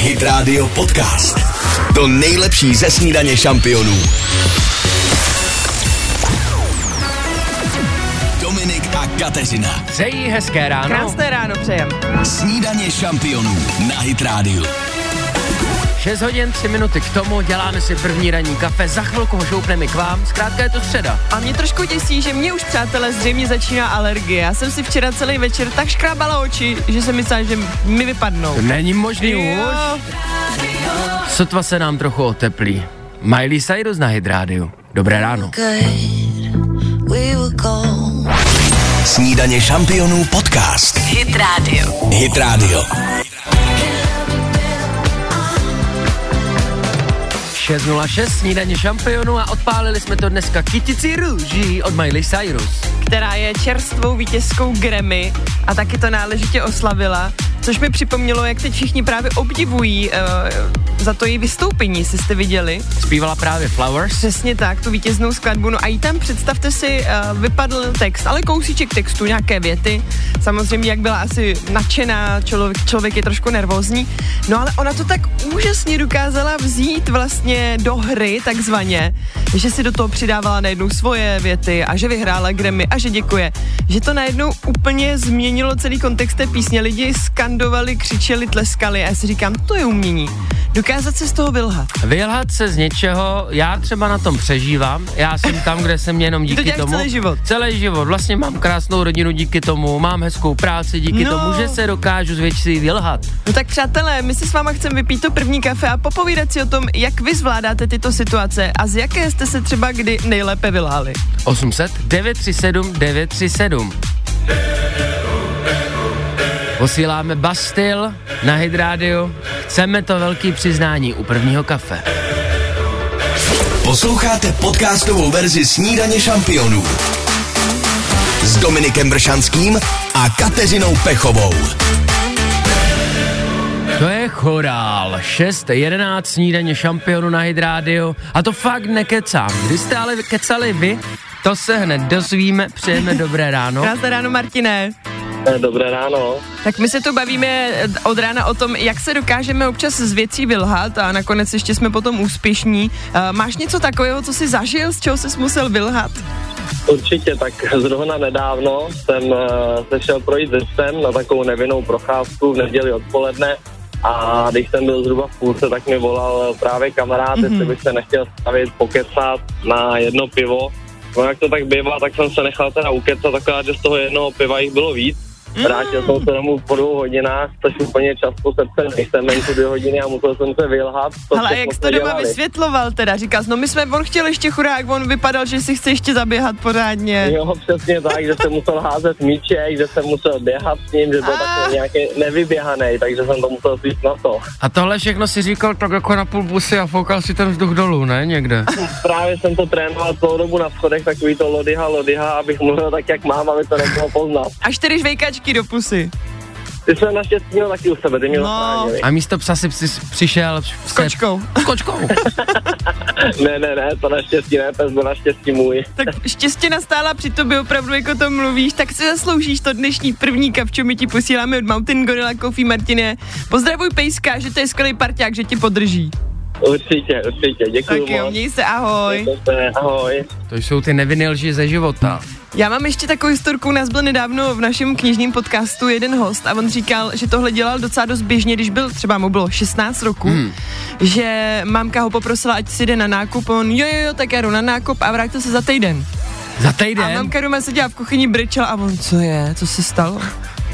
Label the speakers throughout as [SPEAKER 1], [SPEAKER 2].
[SPEAKER 1] Hit Radio Podcast. To nejlepší ze snídaně šampionů. Dominik a Kateřina.
[SPEAKER 2] Přeji hezké ráno.
[SPEAKER 3] Krásné ráno přejem.
[SPEAKER 1] Snídaně šampionů na Hit Radio.
[SPEAKER 2] 6 hodin, 3 minuty k tomu, děláme si první ranní kafe, za chvilku ho šoupneme k vám, zkrátka je to středa.
[SPEAKER 3] A mě trošku děsí, že mě už přátelé zřejmě začíná alergie. Já jsem si včera celý večer tak škrábala oči, že jsem myslela, že mi vypadnou.
[SPEAKER 2] Není možný už. Sotva se nám trochu oteplí. Miley Cyrus na Hydrádiu. Dobré ráno.
[SPEAKER 1] Snídaně šampionů podcast. Hit Radio. Hit Radio.
[SPEAKER 2] 6.06, snídaně šampionu a odpálili jsme to dneska kytici růží od Miley Cyrus.
[SPEAKER 3] Která je čerstvou vítězkou Grammy a taky to náležitě oslavila. Což mi připomnělo, jak teď všichni právě obdivují uh, za to její vystoupení, jestli jste viděli.
[SPEAKER 2] Zpívala právě Flowers.
[SPEAKER 3] Přesně tak, tu vítěznou skladbu. No a i tam představte si, uh, vypadl text, ale kousíček textu, nějaké věty. Samozřejmě, jak byla asi nadšená, člověk, člověk je trošku nervózní. No ale ona to tak úžasně dokázala vzít vlastně do hry, takzvaně, že si do toho přidávala najednou svoje věty a že vyhrála Grammy a že děkuje. Že to najednou úplně změnilo celý kontext té písně. Lidi skandovali, křičeli, tleskali a já si říkám, to je umění. Dokázat se z toho vylhat.
[SPEAKER 2] Vylhat se z něčeho, já třeba na tom přežívám, já jsem tam, kde jsem jenom díky
[SPEAKER 3] děláš
[SPEAKER 2] tomu.
[SPEAKER 3] celý život.
[SPEAKER 2] Celý život, vlastně mám krásnou rodinu díky tomu, mám hezkou práci díky
[SPEAKER 3] No.
[SPEAKER 2] tomu, že se dokážu z věcí vylhat.
[SPEAKER 3] No tak přátelé, my si s váma chceme vypít to první kafe a popovídat si o tom, jak vy zvládáte tyto situace a z jaké jste se třeba kdy nejlépe vylhali.
[SPEAKER 2] 800 937 937. Posíláme Bastil na Hydrádiu. Chceme to velký přiznání u prvního kafe.
[SPEAKER 1] Posloucháte podcastovou verzi Snídaně šampionů s Dominikem Bršanským a Kateřinou Pechovou.
[SPEAKER 2] To je chorál. 6.11 snídaně šampionu na Hydrádiu. A to fakt nekecám. Kdy jste ale kecali vy, to se hned dozvíme. Přejeme dobré ráno.
[SPEAKER 3] Krásné ráno, Martine.
[SPEAKER 4] Eh, Dobré ráno.
[SPEAKER 3] Tak my se tu bavíme eh, od rána o tom, jak se dokážeme občas z věcí vylhat a nakonec ještě jsme potom úspěšní. Eh, máš něco takového, co jsi zažil, z čeho jsi musel vylhat?
[SPEAKER 4] Určitě, tak zrovna nedávno jsem eh, se šel projít lesem na takovou nevinnou procházku v neděli odpoledne a když jsem byl zhruba v půlce, tak mi volal právě kamarád, mm-hmm.
[SPEAKER 3] Mhm.
[SPEAKER 4] jestli bych se nechtěl stavit pokecat na jedno pivo. No jak to tak bývá, tak jsem se nechal teda ukecat, akorát, že z toho jednoho piva jich bylo víc.
[SPEAKER 3] Mhm.
[SPEAKER 4] Vrátil jsem se domů po dvou hodinách, což úplně často srdce nejsem, menší dvě hodiny a musel jsem se vylhat. co
[SPEAKER 3] Ale
[SPEAKER 4] všechno
[SPEAKER 3] jak jsi
[SPEAKER 4] jsme
[SPEAKER 3] to doma
[SPEAKER 4] dělali.
[SPEAKER 3] vysvětloval teda? Říkal jsi, no my jsme, on chtěl ještě chudák, on vypadal, že si chce ještě zaběhat pořádně.
[SPEAKER 4] Jo, přesně tak, že jsem musel házet míček, že jsem musel běhat s ním, že byl
[SPEAKER 3] Ah.
[SPEAKER 4] takový nějaký nevyběhaný, takže jsem to musel říct na to.
[SPEAKER 2] A tohle všechno si říkal tak jako na půl busy a foukal si ten vzduch dolů, ne? Někde.
[SPEAKER 4] Právě jsem to trénoval celou dobu na schodech, takový to lodyha, lodyha, abych mluvil tak, jak mám, aby to nebylo poznat.
[SPEAKER 3] A čtyři žvejkačky do pusy.
[SPEAKER 4] Ty jsem naštěstí měl taky u sebe, ty mě
[SPEAKER 3] No.
[SPEAKER 4] no.
[SPEAKER 2] A místo psa si při- přišel
[SPEAKER 3] S kočkou.
[SPEAKER 2] S kočkou.
[SPEAKER 4] Ne, ne, ne, to naštěstí ne, pes byl naštěstí můj.
[SPEAKER 3] Tak štěstě nastála při tobě opravdu, jako to mluvíš, tak si zasloužíš to dnešní první kapču, my ti posíláme od Mountain Gorilla Coffee Martine. Pozdravuj Pejska, že to je skvělý parťák, že ti podrží.
[SPEAKER 4] Určitě, určitě, děkuji
[SPEAKER 3] Tak jo,
[SPEAKER 4] moc.
[SPEAKER 3] měj se, ahoj.
[SPEAKER 4] Mějte se, Ahoj.
[SPEAKER 2] To jsou ty neviny lži ze života.
[SPEAKER 3] Já mám ještě takovou historku, u nás byl nedávno v našem knižním podcastu jeden host a on říkal, že tohle dělal docela dost běžně, když byl, třeba mu bylo 16 roku, hmm. že mamka ho poprosila, ať si jde na nákup, a on jo, jo, jo, tak já jdu na nákup a vrátil se za týden.
[SPEAKER 2] Za
[SPEAKER 3] A
[SPEAKER 2] týden.
[SPEAKER 3] mamka doma seděla v kuchyni, brečela a on, co je, co se stalo?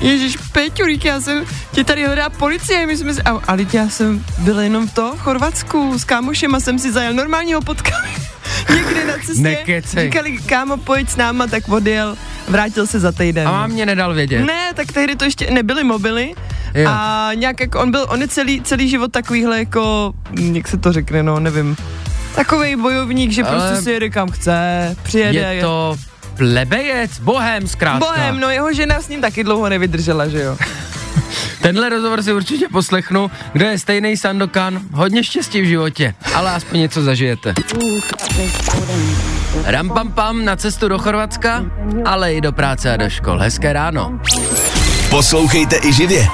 [SPEAKER 3] Ježíš, Peťurík, já jsem, tě tady hledá policie, my jsme si, a, ale já jsem byl jenom v to, v Chorvatsku, s kámošem a jsem si zajel normálního potkal někde na cestě.
[SPEAKER 2] Nekecej.
[SPEAKER 3] Říkali, kámo, pojď s náma, tak odjel, vrátil se za týden.
[SPEAKER 2] A mám mě nedal vědět.
[SPEAKER 3] Ne, tak tehdy to ještě nebyly mobily.
[SPEAKER 2] Jo.
[SPEAKER 3] A nějak jako on byl, on je celý, celý život takovýhle jako, hm, jak se to řekne, no nevím. Takový bojovník, že
[SPEAKER 2] Ale-
[SPEAKER 3] prostě si jede kam chce, přijede.
[SPEAKER 2] Je to plebejec, bohem zkrátka.
[SPEAKER 3] Bohem, no jeho žena s ním taky dlouho nevydržela, že jo.
[SPEAKER 2] Tenhle rozhovor si určitě poslechnu, kde je stejný Sandokan. Hodně štěstí v životě, ale aspoň něco zažijete. Ram pam pam na cestu do Chorvatska, ale i do práce a do škol. Hezké ráno.
[SPEAKER 1] Poslouchejte i živě.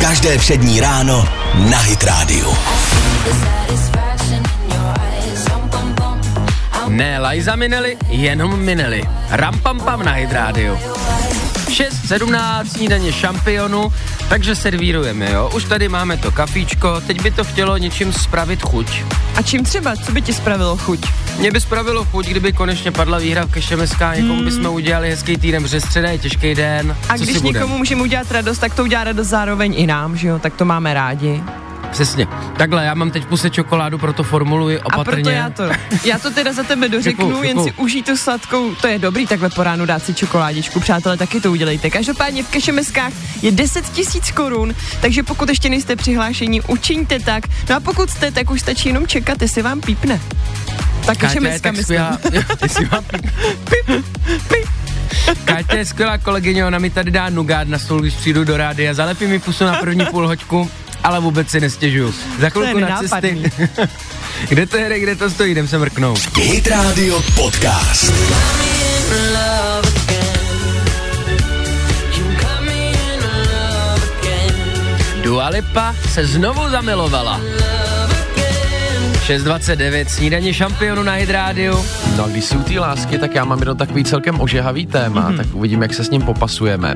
[SPEAKER 1] Každé přední ráno na Hit Radio.
[SPEAKER 2] Ne Liza Minelli, jenom Minelli. Rampampam na Hit Radio. 6.17 snídaně šampionu, takže servírujeme, jo. Už tady máme to kafíčko, teď by to chtělo něčím spravit chuť.
[SPEAKER 3] A čím třeba? Co by ti spravilo chuť?
[SPEAKER 2] Mě by spravilo chuť, kdyby konečně padla výhra v KŠMSK, někomu hmm. bychom udělali hezký týden, protože středa je těžký den.
[SPEAKER 3] A
[SPEAKER 2] Co
[SPEAKER 3] když
[SPEAKER 2] si budem?
[SPEAKER 3] někomu můžeme udělat radost, tak to udělá radost zároveň i nám, že jo? Tak to máme rádi.
[SPEAKER 2] Přesně. Takhle, já mám teď v puse čokoládu, proto formuluji opatrně.
[SPEAKER 3] A proto já to, já to teda za tebe dořeknu,
[SPEAKER 2] Děkuju,
[SPEAKER 3] jen
[SPEAKER 2] děkuju.
[SPEAKER 3] si užij tu sladkou, to je dobrý takhle po ránu dát si čokoládičku, přátelé, taky to udělejte. Každopádně v Kešemeskách je 10 tisíc korun, takže pokud ještě nejste přihlášení, učiňte tak. No a pokud jste, tak už stačí jenom čekat, jestli vám pípne. Tak
[SPEAKER 2] Káťa je
[SPEAKER 3] Kešemeska,
[SPEAKER 2] tak
[SPEAKER 3] myslím.
[SPEAKER 2] skvělá, Ty si má- Káťa je skvělá kolegyně, ona mi tady dá nugát na stůl, když přijdu do rády a zalepí mi pusu na první půl hoďku, ale vůbec si nestěžuju. Za
[SPEAKER 3] To je
[SPEAKER 2] chvilku na cesty.
[SPEAKER 3] nenápadný.
[SPEAKER 2] kde to jede, kde to stojí, jdem se mrknout.
[SPEAKER 1] Hit Radio Podcast.
[SPEAKER 2] Dua Lipa se znovu zamilovala. 6.29, snídaně šampionu na Hydrádiu.
[SPEAKER 5] No a když jsou ty lásky, tak já mám jedno takový celkem ožehavý téma, mm-hmm. tak uvidím, jak se s ním popasujeme.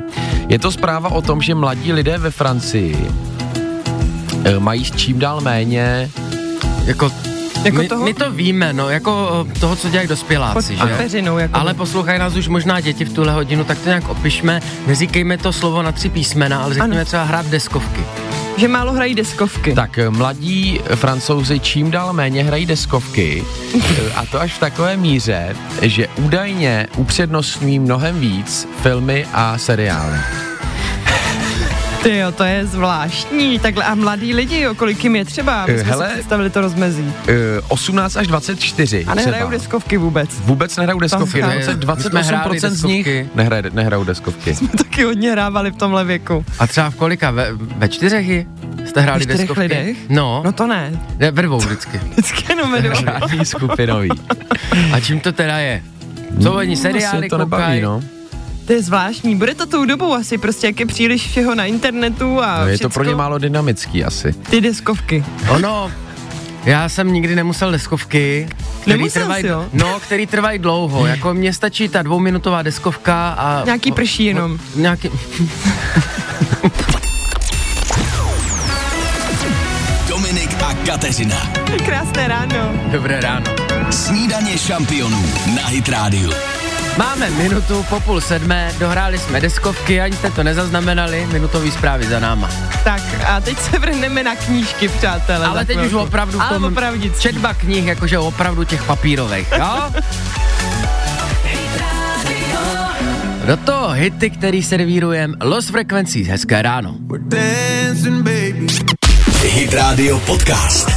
[SPEAKER 5] Je to zpráva o tom, že mladí lidé ve Francii eh, mají s čím dál méně
[SPEAKER 2] Jako,
[SPEAKER 3] Jako
[SPEAKER 2] my,
[SPEAKER 3] toho?
[SPEAKER 2] my to víme, no, jako eh, toho, co dělají dospěláci,
[SPEAKER 3] Pod
[SPEAKER 2] že?
[SPEAKER 3] peřinou, jako.
[SPEAKER 2] Ale poslouchají nás už možná děti v tuhle hodinu, tak to nějak opišme. Neříkejme to slovo na tři písmena, ale řekněme
[SPEAKER 3] Ano.
[SPEAKER 2] třeba hrát deskovky.
[SPEAKER 3] Že málo hrají deskovky.
[SPEAKER 5] Tak eh, mladí francouzi čím dál méně hrají deskovky eh, a to až v takové míře, že údajně upřednostňují mnohem víc filmy a seriály.
[SPEAKER 3] Ty jo, to je zvláštní. Takhle a mladí lidi, jo, kolik jim je třeba, aby jsme
[SPEAKER 5] Hele.
[SPEAKER 3] si představili to rozmezí.
[SPEAKER 5] Eh, 18 až 24
[SPEAKER 3] A nehrajou
[SPEAKER 5] třeba.
[SPEAKER 3] deskovky vůbec.
[SPEAKER 5] Vůbec nehrajou deskovky,
[SPEAKER 3] Tam-
[SPEAKER 5] dokonce
[SPEAKER 2] My jsme hráli
[SPEAKER 5] 28% z nich
[SPEAKER 2] deskovky.
[SPEAKER 5] nehraje- nehrajou deskovky.
[SPEAKER 3] Taky hodně hrávali v tomhle věku.
[SPEAKER 2] A třeba v kolika? Ve, ve čtyřech i? jste hráli
[SPEAKER 3] Ve čtyřech
[SPEAKER 2] deskovky?
[SPEAKER 3] lidech?
[SPEAKER 2] No,
[SPEAKER 3] No to ne,
[SPEAKER 2] ne, ve dvou vždycky.
[SPEAKER 3] vždycky jenom jdu.
[SPEAKER 5] Žádný skupinový.
[SPEAKER 2] A čím to teda je? Co oni seriály
[SPEAKER 5] Mm, Asi to nebaví,
[SPEAKER 2] koukají?
[SPEAKER 5] no.
[SPEAKER 3] To je zvláštní, bude to tou dobou asi, prostě jak je příliš všeho na internetu a
[SPEAKER 5] no je
[SPEAKER 3] všecko,
[SPEAKER 5] to pro ně málo dynamický asi.
[SPEAKER 3] ty deskovky.
[SPEAKER 2] Ono, já jsem nikdy nemusel deskovky, který
[SPEAKER 3] Nemusel
[SPEAKER 2] trvají,
[SPEAKER 3] jsi, jo?
[SPEAKER 2] no, který trvají dlouho, jako mně stačí ta dvouminutová deskovka a...
[SPEAKER 3] Nějaký
[SPEAKER 5] No.
[SPEAKER 3] prší jenom.
[SPEAKER 2] Nějaký,
[SPEAKER 1] Dominik a Kateřina.
[SPEAKER 3] Krásné ráno.
[SPEAKER 2] dobré ráno.
[SPEAKER 1] Snídaně šampionů na Hit Radio.
[SPEAKER 2] Máme minutu po půl sedmé, dohráli jsme deskovky, ani jste to nezaznamenali, minutový zprávy za náma.
[SPEAKER 3] Tak a teď se vrhneme na knížky, přátelé.
[SPEAKER 2] Ale
[SPEAKER 3] za
[SPEAKER 2] teď už
[SPEAKER 3] chvilku.
[SPEAKER 2] opravdu v
[SPEAKER 3] Ale
[SPEAKER 2] tom
[SPEAKER 3] opravdu.
[SPEAKER 2] četba knih, jakože opravdu těch papírových, jo? Do toho hity, který servírujem, Los Frequencies, hezké ráno.
[SPEAKER 1] Hit Radio Podcast.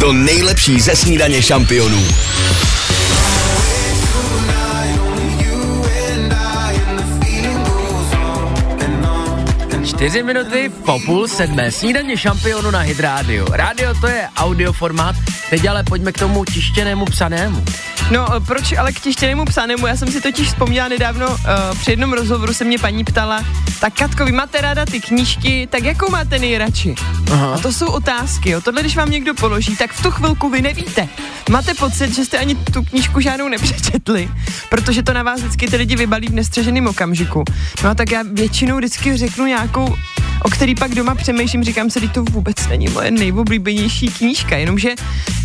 [SPEAKER 1] To nejlepší ze snídaně šampionů.
[SPEAKER 2] Čtyři minuty po půl sedmé snídaně šampionu na Hydrádiu. Rádio to je audioformát, teď ale pojďme k tomu tištěnému psanému.
[SPEAKER 3] No e, proč ale k tištěnému psanému? Já jsem si totiž vzpomněla nedávno, uh, při jednom rozhovoru se mě paní ptala, tak Katko, vy máte ráda ty knížky, tak jakou máte nejradši?
[SPEAKER 2] Aha.
[SPEAKER 3] A to jsou otázky, jo. Tohle, když vám někdo položí, tak v tu chvilku vy nevíte. Máte pocit, že jste ani tu knížku žádnou nepřečetli, protože to na vás vždycky ty lidi vybalí v nestřeženém okamžiku. No a tak já většinou vždycky řeknu nějakou o který pak doma přemýšlím, říkám si, "Vždyť to vůbec není moje nejoblíbenější knížka, jenomže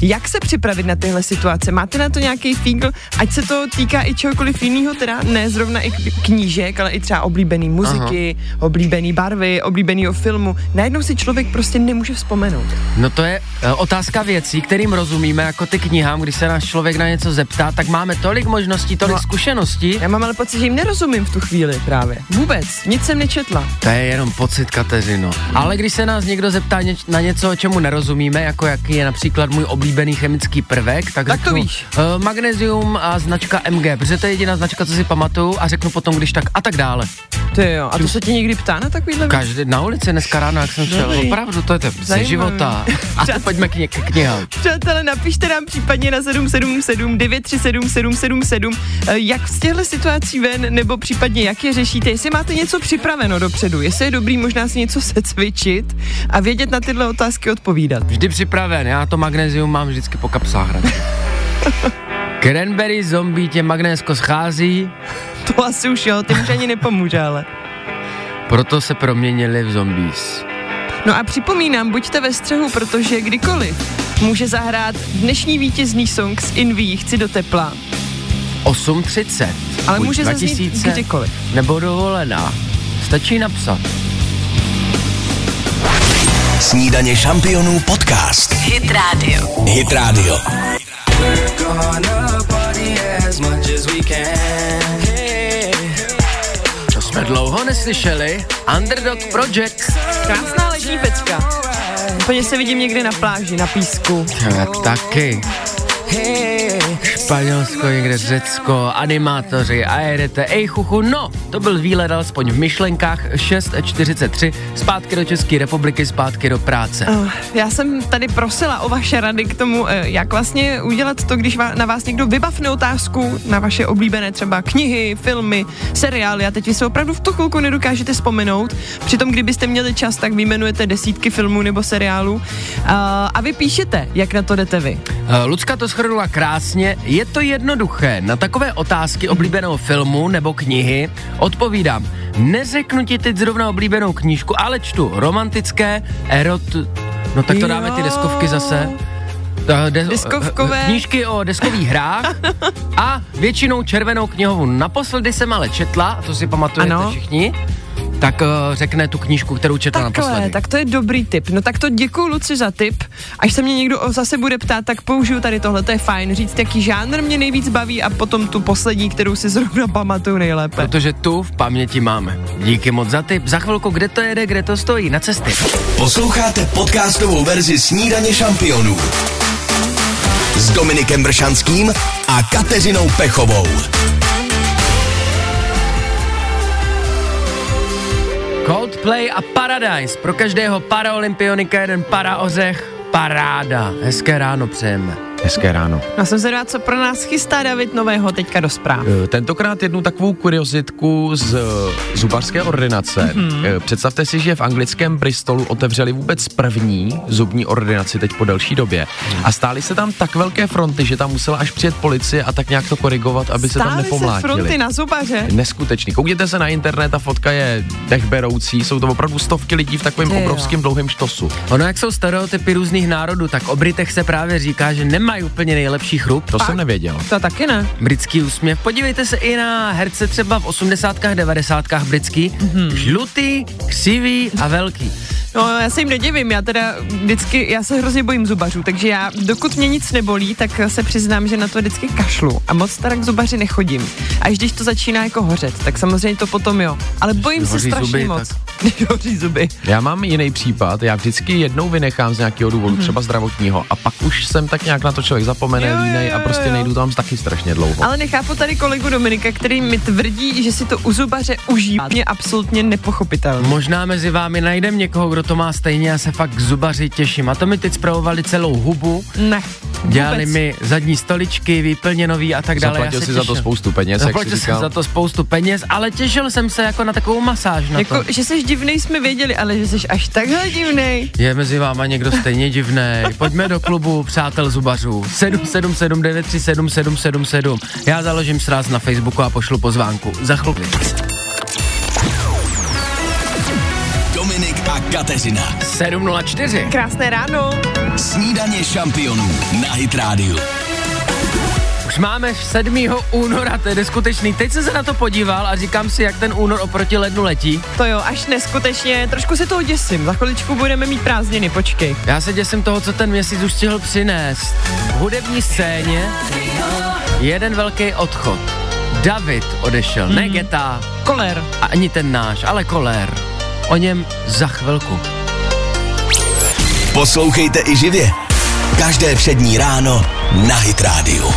[SPEAKER 3] jak se připravit na tyhle situace? Máte na to nějaký fígl, ať se to týká i čehokoliv jiného, teda ne zrovna i k- knížek, ale i třeba oblíbený muziky, Aha. oblíbený barvy, oblíbeného filmu. Najednou si člověk prostě nemůže vzpomenout.
[SPEAKER 2] No to je e, otázka věcí, kterým rozumíme jako ty knihám, když se náš člověk na něco zeptá, tak máme tolik možností, tolik
[SPEAKER 3] No.
[SPEAKER 2] zkušeností.
[SPEAKER 3] Já mám ale pocit, že jim nerozumím v tu chvíli právě. Vůbec, nic jsem nečetla.
[SPEAKER 2] To je jenom pocit, Kateřino. Ale když se nás někdo zeptá něč- na něco, čemu nerozumíme, jako jaký je například můj oblíbený chemický prvek, tak,
[SPEAKER 3] Tak to
[SPEAKER 2] řeknu,
[SPEAKER 3] víš.
[SPEAKER 2] Uh, magnezium a značka MG, protože to je jediná značka, co si pamatuju a řeknu potom, když tak a tak dále.
[SPEAKER 3] Ty jo, a to se ti někdy ptá na takovýhle věc?
[SPEAKER 2] Každý, na ulici dneska ráno, jak jsem šel,
[SPEAKER 3] Dobrý.
[SPEAKER 2] opravdu, to je to ze
[SPEAKER 3] Zajímavý.
[SPEAKER 2] života. A to pojďme k, ně, k knihám.
[SPEAKER 3] Přátelé, napište nám případně na 777 937 777, eh, jak z těchto situací ven, nebo případně jak je řešíte, jestli máte něco připraveno dopředu, jestli je dobrý možná si něco secvičit a vědět na tyhle otázky odpovídat.
[SPEAKER 2] Vždy připraven, já to magnézium mám vždycky po kapsách radši. Cranberry zombie tě magnésko schází,
[SPEAKER 3] To asi už jo, ty už ani nepomůže, ale.
[SPEAKER 2] proto se proměnili v zombies.
[SPEAKER 3] No a připomínám, buďte ve střehu, protože kdykoliv může zahrát dnešní vítězný song z Inví Chci do tepla,
[SPEAKER 2] 8.30.
[SPEAKER 3] ale
[SPEAKER 2] buď
[SPEAKER 3] může zaznít
[SPEAKER 2] 2000,
[SPEAKER 3] kdykoliv.
[SPEAKER 2] Nebo dovolená. Stačí napsat.
[SPEAKER 1] Snídaně šampionů podcast.
[SPEAKER 6] Hit Radio.
[SPEAKER 1] Hit Radio.
[SPEAKER 2] To jsme dlouho neslyšeli. Underdog Project.
[SPEAKER 3] Krásná letní pecka. Úplně se vidím někde na pláži, na písku.
[SPEAKER 2] Já taky. Španělsko, někde Řecko, animátoři, aerete, ej chuchu, no, to byl výlet alespoň v myšlenkách 6.43, zpátky do České republiky, zpátky do práce.
[SPEAKER 3] Eh, Já jsem tady prosila o vaše rady k tomu, eh, jak vlastně udělat to, když va- na vás někdo vybavne otázku na vaše oblíbené třeba knihy, filmy, seriály a teď vy se opravdu v tu chvilku nedokážete vzpomenout. Přitom, kdybyste měli čas, tak vyjmenujete desítky filmů nebo seriálů Eh, a vy píšete, jak na to jdete vy.
[SPEAKER 2] Eh, Lucka to shrnula krásně, je to jednoduché. Na takové otázky oblíbeného filmu nebo knihy odpovídám. Neřeknu ti teď zrovna oblíbenou knížku, ale čtu romantické, erot... No tak to dáme ty
[SPEAKER 3] Jo.
[SPEAKER 2] deskovky zase. Ta Des,
[SPEAKER 3] Deskovkové.
[SPEAKER 2] eh, Knížky o deskových hrách a většinou červenou knihovu. Naposledy jsem ale četla, a to si pamatujete
[SPEAKER 3] Ano.
[SPEAKER 2] všichni, tak eh, řekne tu knížku, kterou četla
[SPEAKER 3] Takhle,
[SPEAKER 2] naposledy.
[SPEAKER 3] tak to je dobrý tip. No tak to děkuji Luci za tip. Až se mě někdo o- zase bude ptát, tak použiju tady tohle, to je fajn. Říct, jaký žánr mě nejvíc baví a potom tu poslední, kterou si zrovna pamatuju nejlépe.
[SPEAKER 2] Protože tu v paměti máme. Díky moc za tip. Za chvilku, kde to jede, kde to stojí, na cesty.
[SPEAKER 1] Posloucháte podcastovou verzi Snídaně šampionů s Dominikem Bršanským a Kateřinou Pechovou.
[SPEAKER 2] Coldplay a Paradise. Pro každého paraolympionika jeden paraořech. Paráda. Hezké ráno přejeme.
[SPEAKER 5] Hezké ráno.
[SPEAKER 3] No jsem zvědavá, co pro nás chystá David nového teďka do zpráv.
[SPEAKER 5] Eh, Tentokrát jednu takovou kuriozitku z eh, zubařské ordinace.
[SPEAKER 3] Mhm.
[SPEAKER 5] Mm-hmm. Představte si, že v anglickém Bristolu otevřeli vůbec první zubní ordinaci teď po delší době.
[SPEAKER 3] Mhm.
[SPEAKER 5] A stály se tam tak velké fronty, že tam musela až přijet policie a tak nějak to korigovat, aby se tam
[SPEAKER 3] Stály se
[SPEAKER 5] nepomlátili.
[SPEAKER 3] fronty na zubaře.
[SPEAKER 5] Neskutečný. Koukněte se na internet, ta fotka je dechberoucí, jsou to opravdu stovky lidí v takovém
[SPEAKER 3] Ty jo.
[SPEAKER 5] obrovském dlouhém štosu.
[SPEAKER 2] Ono, jak jsou stereotypy různých národů, tak o Britech se právě říká, že nemají úplně nejlepší chrup.
[SPEAKER 5] To jsem nevěděl.
[SPEAKER 3] To taky ne.
[SPEAKER 2] Britský úsměv. Podívejte se i na herce třeba v 80. 90. britský. Mm-hmm. Žlutý, křivý a velký.
[SPEAKER 3] No, já se jim nedivím, já teda vždycky, já se hrozně bojím zubařů, takže já, dokud mě nic nebolí, tak se přiznám, že na to vždycky kašlu a moc teda k zubaři nechodím. A když to začíná jako hořet, tak samozřejmě to potom jo. Ale bojím se
[SPEAKER 2] hoří
[SPEAKER 3] strašně
[SPEAKER 2] zuby,
[SPEAKER 3] moc.
[SPEAKER 2] tak-
[SPEAKER 3] Když hoří zuby.
[SPEAKER 5] Já mám jiný případ, já vždycky jednou vynechám z nějakého důvodu, třeba zdravotního, a pak už jsem tak nějak na to člověk zapomene,
[SPEAKER 3] Mhm. Jo, jo,
[SPEAKER 5] línej a
[SPEAKER 3] jo,
[SPEAKER 5] prostě
[SPEAKER 3] jo.
[SPEAKER 5] nejdu tam taky strašně dlouho.
[SPEAKER 3] Ale nechápu tady kolegu Dominika, který mi tvrdí, že si to u zubaře užívá. Mě absolutně nepochopitelné.
[SPEAKER 2] Možná mezi vámi najdem někoho, kdo to má stejně, já se fakt k zubaři těším. A to mi teď zpravovali celou hubu,
[SPEAKER 3] Ne.
[SPEAKER 2] dělali
[SPEAKER 3] vůbec.
[SPEAKER 2] mi zadní stoličky, výplně nový a tak dále.
[SPEAKER 5] Zaplatil
[SPEAKER 2] já se
[SPEAKER 5] si za to
[SPEAKER 2] těším.
[SPEAKER 5] spoustu peněz, jak si
[SPEAKER 2] Zaplatil jsem
[SPEAKER 5] říkal.
[SPEAKER 2] za to spoustu peněz, ale těšil jsem se jako na takovou masáž na
[SPEAKER 3] Jako,
[SPEAKER 2] to.
[SPEAKER 3] že jsi divnej, jsme věděli, ale že jsi až takhle divnej.
[SPEAKER 2] Je mezi váma někdo stejně divný. Pojďme do klubu Přátel zubařů. 777937777. Já založím sraz na Facebooku a pošlu pozvánku. Za chvilku.
[SPEAKER 1] Dominik a Kateřina.
[SPEAKER 2] 704.
[SPEAKER 3] Krásné ráno.
[SPEAKER 1] Snídaně šampionů na Hit Radio.
[SPEAKER 2] Už máme 7. února, to je neskutečný. Teď jsem se na to podíval a říkám si, jak ten únor oproti lednu letí.
[SPEAKER 3] To jo, až neskutečně, trošku se toho děsím. Za chviličku budeme mít prázdniny, počkej.
[SPEAKER 2] Já se děsím toho, co ten měsíc už stihl přinést. V hudební scéně jeden velký odchod. David odešel, ne Geta,
[SPEAKER 3] Koler.
[SPEAKER 2] a ani ten náš, ale Kolér. O něm za chvilku.
[SPEAKER 1] Poslouchejte i živě. Každé přední ráno na Hit Radio.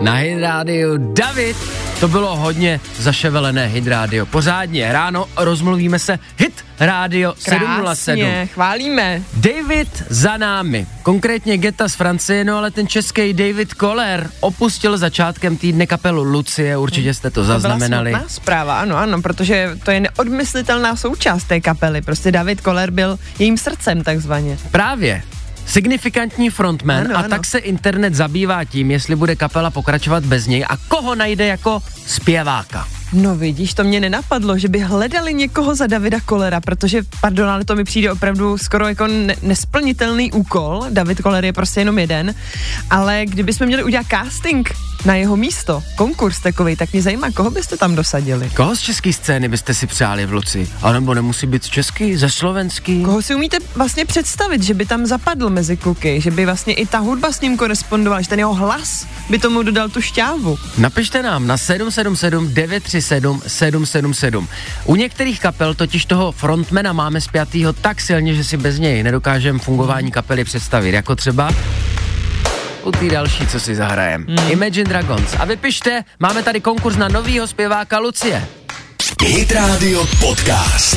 [SPEAKER 2] na Hydrádiu. David, to bylo hodně zaševelené Hydrádio. Pořádně, ráno rozmluvíme se Hit Rádio 707.
[SPEAKER 3] Krásně, chválíme.
[SPEAKER 2] David za námi, konkrétně Geta z Francie, no ale ten český David Koller opustil začátkem týdne kapelu Lucie, určitě jste to
[SPEAKER 3] To
[SPEAKER 2] zaznamenali.
[SPEAKER 3] byla smutná zpráva, ano, ano, protože to je neodmyslitelná součást té kapely. Prostě David Koller byl jejím srdcem takzvaně.
[SPEAKER 2] Právě. Signifikantní frontman
[SPEAKER 3] Ano,
[SPEAKER 2] a
[SPEAKER 3] ano.
[SPEAKER 2] tak se internet zabývá tím, jestli bude kapela pokračovat bez něj a koho najde jako zpěváka.
[SPEAKER 3] No vidíš, to mě nenapadlo, že by hledali někoho za Davida Kolera, protože, pardon, ale to mi přijde opravdu skoro jako ne- nesplnitelný úkol. David Koller je prostě jenom jeden, ale kdybychom měli udělat casting na jeho místo, konkurs takový, tak mě zajímá, koho byste tam dosadili.
[SPEAKER 2] Koho z české scény byste si přáli v Luci? A nebo nemusí být z český, ze slovenský?
[SPEAKER 3] Koho si umíte vlastně představit, že by tam zapadl mezi kluky, že by vlastně i ta hudba s ním korespondovala, že ten jeho hlas by tomu dodal tu šťávu.
[SPEAKER 2] Napište nám na 777 937 777. U některých kapel totiž toho frontmana máme spjatýho tak silně, že si bez něj nedokážeme fungování kapely představit. Jako třeba u té další, co si zahrajem. Imagine Dragons. A vypište, máme tady konkurs na novýho zpěváka Lucie.
[SPEAKER 1] Hit Radio Podcast.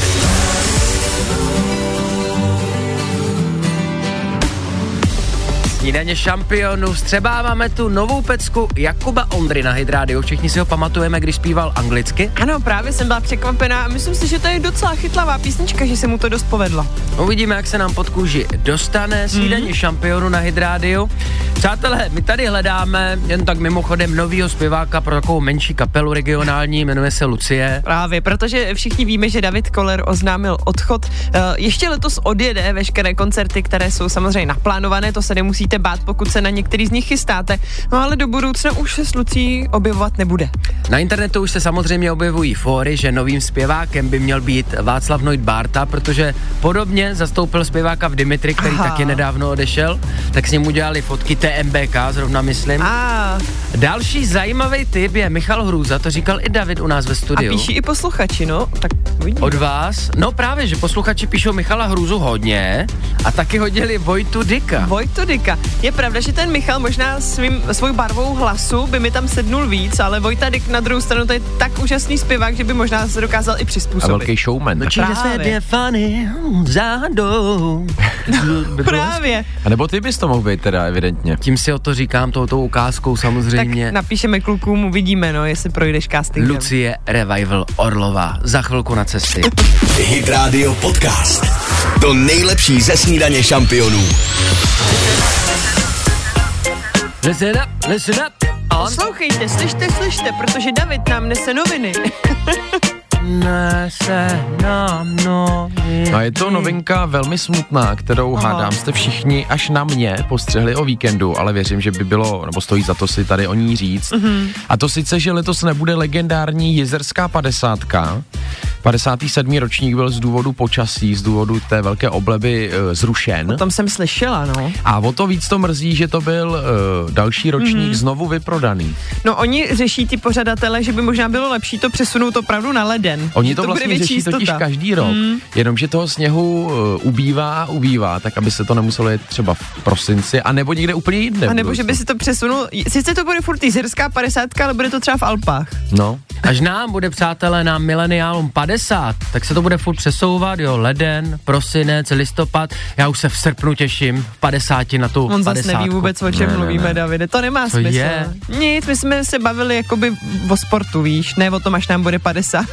[SPEAKER 2] Snídaně šampionů vstřebáváme tu novou pecku Jakuba Ondry na Hydrádiu. Všichni si ho pamatujeme, když zpíval anglicky.
[SPEAKER 3] Ano, právě jsem byla překvapená a myslím si, že to je docela chytlavá písnička, že se mu to dost povedlo.
[SPEAKER 2] Uvidíme, jak se nám pod kůži dostane snídaní mm-hmm. šampionu na Hydrádiu. Přátelé, my tady hledáme jen tak mimochodem novýho zpěváka pro takovou menší kapelu regionální, jmenuje se Lucie.
[SPEAKER 3] Právě, protože všichni víme, že David Koller oznámil odchod. Eh, Ještě letos odjede veškeré koncerty, které jsou samozřejmě naplánované, to se nemusíte bát, pokud se na některý z nich chystáte. No ale do budoucna už se s Lucí objevovat nebude.
[SPEAKER 2] Na internetu už se samozřejmě objevují fóry, že novým zpěvákem by měl být Václav Noit Bárta, protože podobně zastoupil zpěváka v Dimitri, který Aha.
[SPEAKER 3] Aha.
[SPEAKER 2] taky nedávno odešel, tak s ním udělali fotky TMBK, zrovna myslím. A.
[SPEAKER 3] A,
[SPEAKER 2] Další zajímavý typ je Michal Hrůza, to říkal i David u nás ve
[SPEAKER 3] a
[SPEAKER 2] studiu.
[SPEAKER 3] píší i posluchači, no, tak vidíš.
[SPEAKER 2] Od vás? No právě, že posluchači píšou Michala Hruzu hodně a taky hodili Vojtu Dika.
[SPEAKER 3] Vojtodika. Je pravda, že ten Michal možná svým, svou barvou hlasu by mi tam sednul víc, ale Vojtadik na druhou stranu to je tak úžasný zpěvák, že by možná se dokázal i
[SPEAKER 5] A
[SPEAKER 3] přizpůsobit.
[SPEAKER 5] velký showman.
[SPEAKER 3] No
[SPEAKER 2] No,
[SPEAKER 3] Právě.
[SPEAKER 2] fany záhadou.
[SPEAKER 3] Právě.
[SPEAKER 5] A nebo ty bys to mohl být teda, evidentně.
[SPEAKER 2] Tím si o to říkám, touto ukázkou
[SPEAKER 3] Tak
[SPEAKER 2] samozřejmě.
[SPEAKER 3] napíšeme klukům, uvidíme, no, jestli projdeš castingem.
[SPEAKER 2] Lucie Revival Orlova. Za chvilku na cestě.
[SPEAKER 1] Hit Radio Podcast. To nejlepší ze snídaně šampionů.
[SPEAKER 2] Listen up, listen up. On.
[SPEAKER 3] Poslouchejte, slyšte, slyšte, protože David nám nese noviny.
[SPEAKER 2] Nese nám nový.
[SPEAKER 5] No a je to
[SPEAKER 3] Mhm.
[SPEAKER 5] novinka velmi smutná, kterou Aha. hádám jste všichni až na mě postřehli o víkendu, ale věřím, že by bylo, nebo stojí za to si tady o ní říct.
[SPEAKER 3] Mhm.
[SPEAKER 5] Mm-hmm. A to sice, že letos nebude legendární jezerská padesátka. 57. ročník byl z důvodu počasí, z důvodu té velké obleby e, zrušen.
[SPEAKER 3] O tom jsem slyšela, no.
[SPEAKER 5] A o to víc to mrzí, že to byl uh, další
[SPEAKER 3] Mhm.
[SPEAKER 5] ročník mm-hmm. znovu vyprodaný.
[SPEAKER 3] No oni řeší ty pořadatele, že by možná bylo lepší to přesunout opravdu na leden.
[SPEAKER 5] Oni
[SPEAKER 3] Že
[SPEAKER 5] to, to
[SPEAKER 3] bude
[SPEAKER 5] vlastně
[SPEAKER 3] větší
[SPEAKER 5] řeší totiž
[SPEAKER 3] jistota. Mhm.
[SPEAKER 5] každý rok, mm. jenomže toho sněhu uh, ubývá, ubývá, tak aby se to nemuselo jet třeba v prosinci, anebo někde úplně jinde.
[SPEAKER 3] A
[SPEAKER 5] v
[SPEAKER 3] nebo že by
[SPEAKER 5] budoucnu.
[SPEAKER 3] si to přesunul, sice to bude furt jizerská 50, ale bude to třeba v Alpách.
[SPEAKER 5] No,
[SPEAKER 2] Až nám bude, přátelé, nám mileniálům 50, tak se to bude furt přesouvat, jo, leden, prosinec, listopad. Já už se v srpnu těším v 50 na tu
[SPEAKER 3] On
[SPEAKER 2] 50.
[SPEAKER 3] zase neví vůbec, o čem
[SPEAKER 5] Ne,
[SPEAKER 3] ne,
[SPEAKER 5] ne,
[SPEAKER 3] mluvíme,
[SPEAKER 5] ne.
[SPEAKER 3] ne, Davide. To nemá
[SPEAKER 2] To
[SPEAKER 3] smysl.
[SPEAKER 2] je.
[SPEAKER 3] Nic, my jsme se bavili jakoby o sportu, víš, ne o tom, až nám bude 50.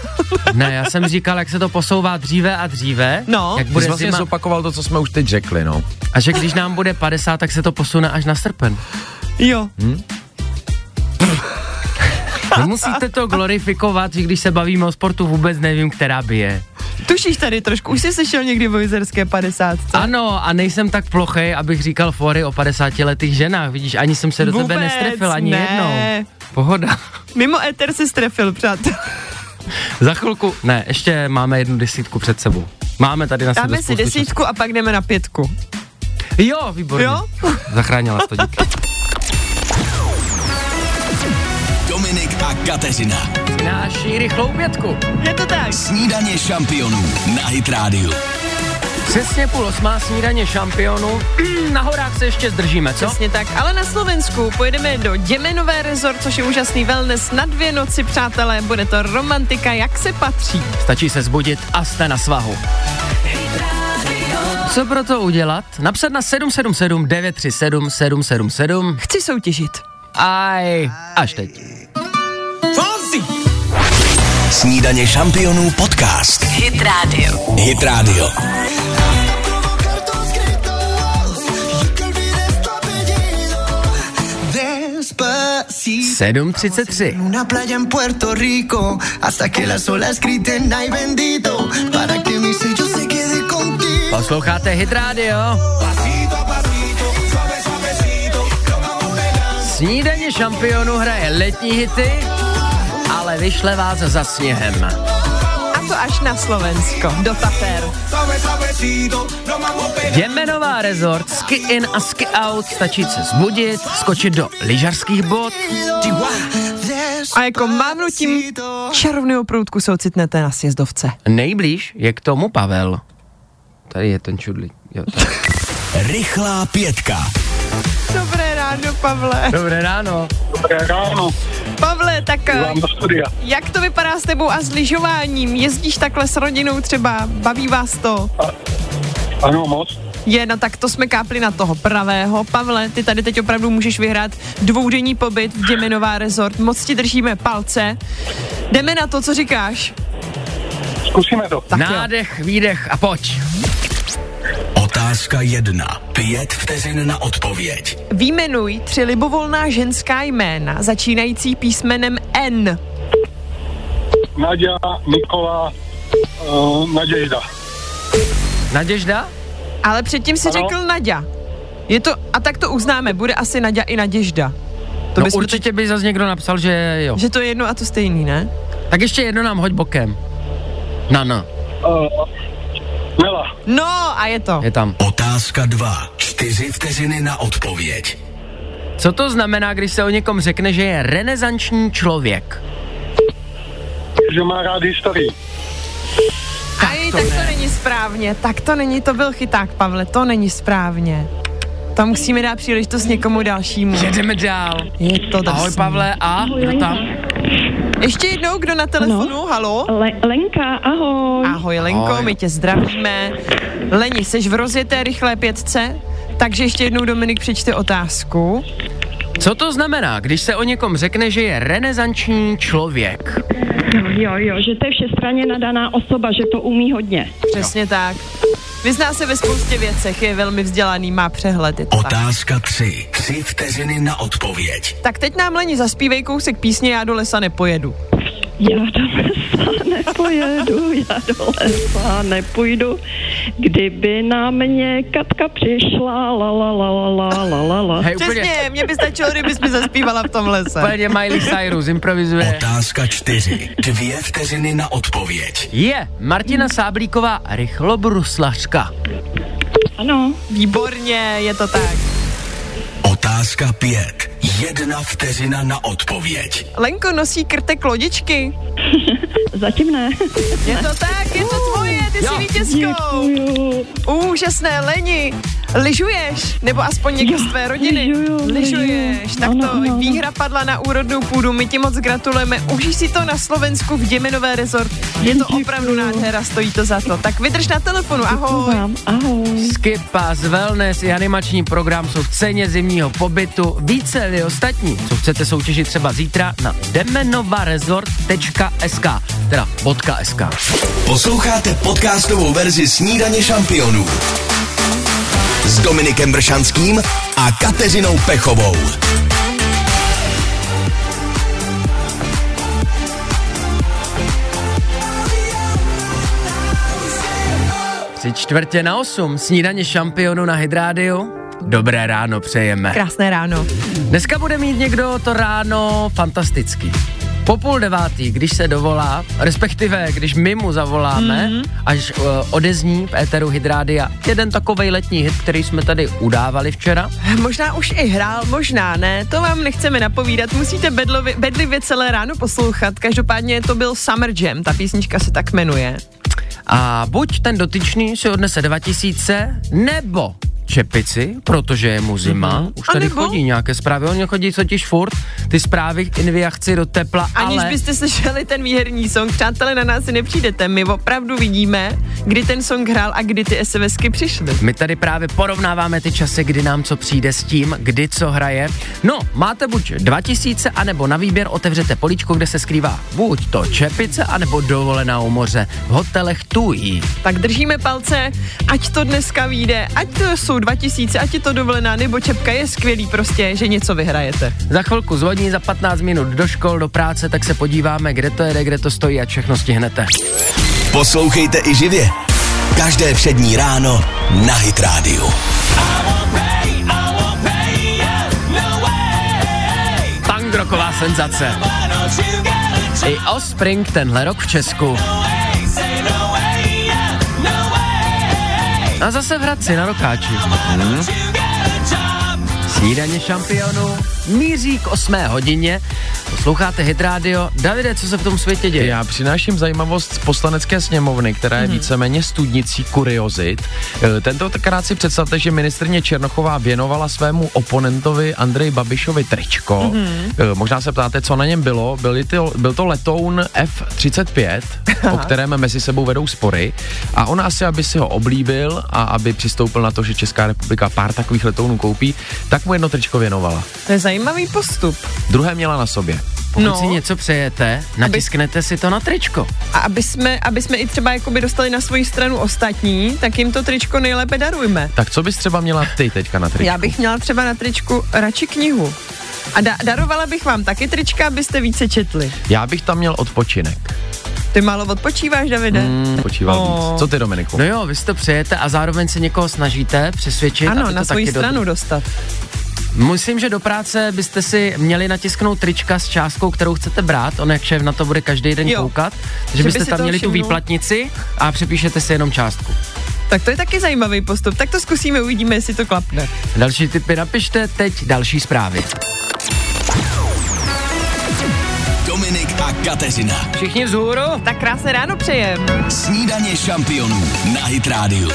[SPEAKER 2] Ne, já jsem říkal, jak se to posouvá dříve a dříve.
[SPEAKER 3] No.
[SPEAKER 2] jak
[SPEAKER 5] ty jsi
[SPEAKER 2] bude
[SPEAKER 5] vlastně
[SPEAKER 2] zima.
[SPEAKER 5] zopakoval to, co jsme už teď řekli, no.
[SPEAKER 2] A že když nám bude 50, tak se to posune až na srpen.
[SPEAKER 3] jo.
[SPEAKER 5] Hm.
[SPEAKER 2] Nemusíte to glorifikovat, že když se bavíme o sportu, vůbec nevím, která by je.
[SPEAKER 3] Tušíš tady trošku, už jsi slyšel někdy o jizerské 50.
[SPEAKER 2] Ano, a nejsem tak plochej, abych říkal fory o 50 letých ženách. Vidíš, ani jsem se do tebe
[SPEAKER 3] Vůbec
[SPEAKER 2] nestrefil, ani
[SPEAKER 3] ne.
[SPEAKER 2] jednou. Pohoda.
[SPEAKER 3] Mimo éter se strefil, přátel.
[SPEAKER 2] Za chvilku, ne, ještě máme jednu desítku před sebou. Máme tady na sebe
[SPEAKER 3] Dáme si
[SPEAKER 2] spoustu času.
[SPEAKER 3] desítku a pak jdeme na pětku.
[SPEAKER 2] Jo, výborně.
[SPEAKER 3] Jo?
[SPEAKER 2] Zachránila jsi to díky.
[SPEAKER 1] Dominik a Kateřina.
[SPEAKER 2] přináší rychlou pětku.
[SPEAKER 3] Je to tak.
[SPEAKER 1] Snídaně šampionů na Hit Radio.
[SPEAKER 2] Přesně půl osmá snídaně šampionů. Na horách se ještě zdržíme, co?
[SPEAKER 3] Přesně tak, ale na Slovensku pojedeme do Děmenové rezort, což je úžasný wellness na dvě noci, přátelé, bude to romantika, jak se patří.
[SPEAKER 2] Stačí se zbudit a jste na svahu. Co pro to udělat? Napsat na 777 937 777
[SPEAKER 3] Chci soutěžit.
[SPEAKER 2] aj až teď.
[SPEAKER 1] Snídaně šampionů podcast.
[SPEAKER 6] Hit Radio.
[SPEAKER 1] Hit Radio.
[SPEAKER 7] Despacito.
[SPEAKER 2] 733.
[SPEAKER 7] Una playa en Puerto Rico, hasta que las olas griten, ay bendito, para que mi sello se quede contigo.
[SPEAKER 2] Posloucháte Hit Radio. Snídaně šampionů hraje letní hity, ale vyšle vás za sněhem.
[SPEAKER 3] A to až na Slovensko, do Tater.
[SPEAKER 2] Děmenová resort, ski in a ski out, stačí se zbudit, skočit do lyžařských bod,
[SPEAKER 3] A jako mávnutím čarovného proutku se ocitnete na sjezdovce.
[SPEAKER 2] Nejblíž je k tomu Pavel. Tady je ten čudlí. Jo, tak.
[SPEAKER 1] Rychlá pětka.
[SPEAKER 3] Dobré ráno, Pavle.
[SPEAKER 2] Dobré ráno.
[SPEAKER 3] Pavle, tak eh, jak to vypadá s tebou a s lyžováním? Jezdíš takhle s rodinou třeba? Baví vás to?
[SPEAKER 8] Ano, moc.
[SPEAKER 3] Je, no tak to jsme kápli na toho pravého. Pavle, ty tady teď opravdu můžeš vyhrát dvoudenní pobyt v Děminová resort. Moc ti držíme palce. Jdeme na to, co říkáš.
[SPEAKER 8] Zkusíme to.
[SPEAKER 2] Tak Nádech, jo. výdech a pojď.
[SPEAKER 1] Otázka jedna. Pět vteřin na odpověď.
[SPEAKER 3] Výjmenuj tři libovolná ženská jména, začínající písmenem N.
[SPEAKER 8] Nadia, Nikola, uh, Nadějda.
[SPEAKER 2] Naděžda?
[SPEAKER 3] Ale předtím si
[SPEAKER 8] Ano.
[SPEAKER 3] řekl Nadia. Je to, a tak to uznáme, bude asi Nadia i Naděžda. To
[SPEAKER 2] To no
[SPEAKER 3] bys
[SPEAKER 2] určitě by zase někdo napsal, že jo.
[SPEAKER 3] Že to je jedno a to stejný, ne?
[SPEAKER 2] Tak ještě jedno nám hoď bokem. Na, na,
[SPEAKER 8] Uh, Nela,
[SPEAKER 3] No a je to.
[SPEAKER 2] je tam.
[SPEAKER 1] Otázka dva. Čtyři vteřiny na odpověď.
[SPEAKER 2] Co to znamená, když se o někom řekne, že je renesanční člověk?
[SPEAKER 8] že má rád historii.
[SPEAKER 3] A jej, tak to není správně. Tak to není, to byl chyták, Pavle, to není správně. Tam musíme dát příležitost někomu dalšímu.
[SPEAKER 2] Jedeme dál.
[SPEAKER 3] Je to drsný.
[SPEAKER 2] Ahoj Pavle, a kdo tam?
[SPEAKER 3] Ještě jednou, kdo na telefonu, no. halo?
[SPEAKER 9] Le- Lenka, ahoj.
[SPEAKER 3] Ahoj Lenko,
[SPEAKER 2] Ahoj.
[SPEAKER 3] Ahoj. my tě zdravíme. Leni, jsi v rozjeté rychlé pětce? Takže ještě jednou Dominik přečte otázku.
[SPEAKER 2] Co to znamená, když se o někom řekne, že je renesanční člověk?
[SPEAKER 9] Jo, jo, že to je všestranně nadaná osoba, že to umí hodně.
[SPEAKER 3] Přesně jo. tak. Vyzná se ve spoustě věcech, je velmi vzdělaný, má přehled. Je to tak.
[SPEAKER 1] Otázka tři. Tři vteřiny na odpověď.
[SPEAKER 3] tak teď nám Leni zaspívej kousek písně Já do lesa nepojedu.
[SPEAKER 9] Já do lesa nepojedu, já do lesa nepůjdu. Kdyby na mě Katka přišla, la la la la la la la la.
[SPEAKER 2] Hej, úplně,
[SPEAKER 3] Přesně, mě by stačilo, kdybys mi zaspívala v tom lese.
[SPEAKER 2] úplně Miley Cyrus improvizuje.
[SPEAKER 1] Otázka čtyři. Dvě vteřiny na odpověď.
[SPEAKER 2] Je Martina Sáblíková rychlobruslařka.
[SPEAKER 9] Ano,
[SPEAKER 3] Výborně, je to tak.
[SPEAKER 1] Otázka pět. Jedna vteřina na odpověď.
[SPEAKER 3] Lenko nosí krtek lodičky.
[SPEAKER 9] zatím ne.
[SPEAKER 3] Je to tak, je to tvoje, ty jsi vítězkou.
[SPEAKER 9] Děkuju.
[SPEAKER 3] Úžasné, Leni. Lyžuješ, nebo aspoň někdo z tvé rodiny.
[SPEAKER 9] lyžuju,
[SPEAKER 3] Lyžuješ,
[SPEAKER 9] lyžuju.
[SPEAKER 3] tak
[SPEAKER 9] Ano, ano,
[SPEAKER 3] to
[SPEAKER 9] ano.
[SPEAKER 3] výhra padla na úrodnou půdu, my ti moc gratulujeme. Užij si to na Slovensku v Děminové resort. Je to opravdu nádhera, stojí to za to. Tak vydrž na telefonu, ahoj.
[SPEAKER 9] Vám, ahoj.
[SPEAKER 2] Skipa z Wellness i animační program jsou v ceně zimního pobytu. Více vy ostatní, co chcete soutěžit třeba zítra na demenovaresort.sk, teda .sk.
[SPEAKER 1] Posloucháte podcastovou verzi Snídaně šampionů s Dominikem Bršanským a Kateřinou Pechovou.
[SPEAKER 2] Při čtvrtě na osm, snídaně šampionu na Hydrádiu. Dobré ráno přejeme.
[SPEAKER 3] Krásné ráno.
[SPEAKER 2] Dneska bude mít někdo to ráno fantastický. po půl devátý, když se dovolá, respektive když my mu zavoláme,
[SPEAKER 3] Mhm.
[SPEAKER 2] mm-hmm. až uh, odezní v éteru Hydrádia jeden takovej letní hit, který jsme tady udávali včera.
[SPEAKER 3] Možná už i hrál, možná ne, to vám nechceme napovídat, musíte bedlovi, bedlivě celé ráno poslouchat, každopádně to byl Summer Jam, ta písnička se tak jmenuje.
[SPEAKER 2] A buď ten dotyčný si odnese 2000, nebo čepici, protože je mu zima. Mm-hmm. Už
[SPEAKER 3] Mhm. A
[SPEAKER 2] tady
[SPEAKER 3] nebo-
[SPEAKER 2] chodí nějaké zprávy, oni chodí totiž furt, ty zprávy k inviachci do tepla,
[SPEAKER 3] Aniž
[SPEAKER 2] ale...
[SPEAKER 3] byste slyšeli ten výherní song, přátelé, na nás si nepřijdete, my opravdu vidíme, kdy ten song hrál a kdy ty SMSky přišly.
[SPEAKER 2] My tady právě porovnáváme ty časy, kdy nám co přijde s tím, kdy co hraje. No, máte buď 2000, anebo na výběr otevřete políčko, kde se skrývá buď to čepice, anebo dovolená u moře v hotelech Tui.
[SPEAKER 3] Tak držíme palce, ať to dneska vyjde, ať to jsou 2000, ať je to dovolená, nebo čepka je skvělý prostě, že něco vyhrajete.
[SPEAKER 2] Za chvilku zvodní, za 15 minut do škol, do práce, tak se podíváme, kde to jede, kde to stojí a všechno stihnete.
[SPEAKER 1] Poslouchejte i živě. Každé přední ráno na Hit Radio.
[SPEAKER 2] Pangroková senzace. I Ospring tenhle rok v Česku. A zase v Hradci na Rokáči. Hmm. Snídaně šampionů míří k 8 hodině. Posloucháte Hit Radio. Davide, co se v tom světě děje?
[SPEAKER 5] Já přináším zajímavost z poslanecké sněmovny, která je víceméně studnicí kuriozit. Eh, Tentokrát si představte, že ministrně Černochová věnovala svému oponentovi Andrej Babišovi tričko. Eh, Možná se ptáte, co na něm bylo. Byly ty, byl to letoun F-35, o kterém mezi sebou vedou spory. A on asi, aby si ho oblíbil a aby přistoupil na to, že Česká republika pár takových letounů koupí, tak mu jedno tričko věnovala.
[SPEAKER 3] To je zajímavý postup.
[SPEAKER 5] Druhé měla na sobě.
[SPEAKER 2] Pokud
[SPEAKER 3] No.
[SPEAKER 2] si něco přejete, natisknete si to na tričko.
[SPEAKER 3] A aby jsme, aby jsme i třeba jakoby dostali na svoji stranu ostatní, tak jim to tričko nejlépe darujme.
[SPEAKER 5] Tak co bys třeba měla ty teďka na tričku?
[SPEAKER 3] Já bych měla třeba na tričku radši knihu. A da- darovala bych vám taky trička, abyste více četli.
[SPEAKER 5] Já bych tam měl odpočinek.
[SPEAKER 3] Ty málo odpočíváš, Davide?
[SPEAKER 5] Mm, počíval
[SPEAKER 3] Oh.
[SPEAKER 5] víc. Co ty, Dominiku?
[SPEAKER 2] No jo, vy si to přejete a zároveň se někoho snažíte přesvědčit.
[SPEAKER 3] Ano,
[SPEAKER 2] aby to
[SPEAKER 3] na svoji
[SPEAKER 2] taky do-
[SPEAKER 3] stranu dostat.
[SPEAKER 2] Myslím, že do práce byste si měli natisknout trička s částkou, kterou chcete brát. On jak šéf na to bude každý den
[SPEAKER 3] Jo.
[SPEAKER 2] koukat,
[SPEAKER 3] Že
[SPEAKER 2] že
[SPEAKER 3] by
[SPEAKER 2] byste
[SPEAKER 3] si
[SPEAKER 2] tam
[SPEAKER 3] toho
[SPEAKER 2] měli tu
[SPEAKER 3] všimnul.
[SPEAKER 2] výplatnici a přepíšete si jenom částku.
[SPEAKER 3] Tak to je taky zajímavý postup. Tak to zkusíme, uvidíme, jestli to klapne.
[SPEAKER 2] Další typy napište teď další zprávy.
[SPEAKER 1] Dominik a Kateřina.
[SPEAKER 2] Všichni vzhůru?
[SPEAKER 3] Tak krásné ráno přejem.
[SPEAKER 1] Snídaně šampionů na Hit Radio.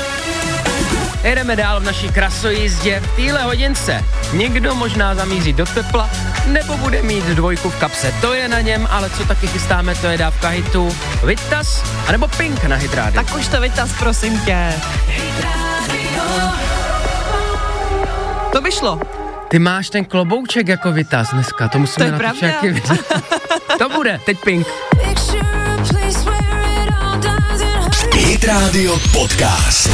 [SPEAKER 2] Jedeme dál v naší krasojízdě. V téhle hodince někdo možná zamíří do tepla nebo bude mít dvojku v kapse. To je na něm, ale co taky chystáme, to je dávka hitu Vitas anebo Pink na Hitrádiu.
[SPEAKER 3] Tak už to vytaz, prosím tě. To by šlo.
[SPEAKER 2] Ty máš ten klobouček jako vytaz dneska, to musíme
[SPEAKER 3] To je
[SPEAKER 2] na
[SPEAKER 3] pravda.
[SPEAKER 2] jaký vytaz. To bude, teď pink.
[SPEAKER 1] Hit Radio Podcast.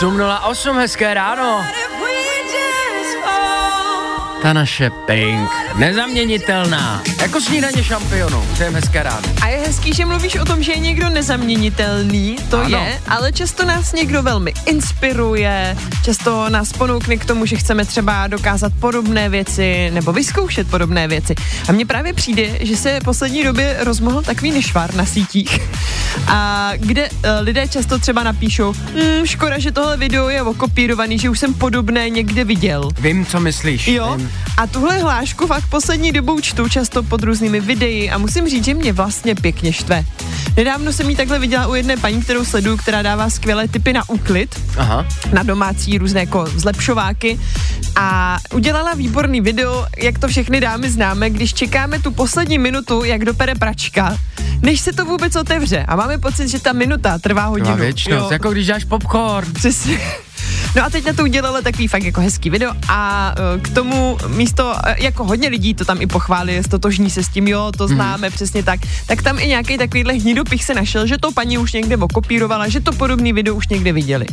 [SPEAKER 2] 8.08, hezké ráno. Ta naše pink, nezaměnitelná, jako snídaně šampionů. Přejem hezké ráno.
[SPEAKER 3] A je hezký, že mluvíš o tom, že je někdo nezaměnitelný, to
[SPEAKER 2] Ano.
[SPEAKER 3] ano. je, ale často nás někdo velmi inspiruje, často nás ponoukne k tomu, že chceme třeba dokázat podobné věci nebo vyzkoušet podobné věci. A mně právě přijde, že se v poslední době rozmohl takový nešvar na sítích, a kde eh, lidé často třeba napíšou, hm, škoda, že tohle video je okopírovaný, že už jsem podobné někde viděl.
[SPEAKER 2] Vím, co myslíš.
[SPEAKER 3] Jo,
[SPEAKER 2] Vím.
[SPEAKER 3] a tuhle hlášku fakt poslední dobou čtu často pod různými videi a musím říct, že mě vlastně pěkně štve. Nedávno jsem ji takhle viděla u jedné paní, kterou sleduju, která dává skvělé tipy na úklid,
[SPEAKER 2] Aha.
[SPEAKER 3] na domácí různé jako zlepšováky a udělala výborný video, jak to všechny dámy známe, když čekáme tu poslední minutu, jak dopere pračka, než se to vůbec otevře a máme pocit, že ta minuta trvá hodinu.
[SPEAKER 2] Má věčnost,
[SPEAKER 3] Jo.
[SPEAKER 2] jako když dáš popcorn.
[SPEAKER 3] Přesně. No a teď na to udělala takový fakt jako hezký video a eh, k tomu místo, eh, jako hodně lidí to tam i pochválili, stotožní se s tím, jo, to známe, přesně tak, tak tam i nějaký takovýhle hnidopich se našel, že to paní už někde okopírovala, že to podobný video už někde viděli.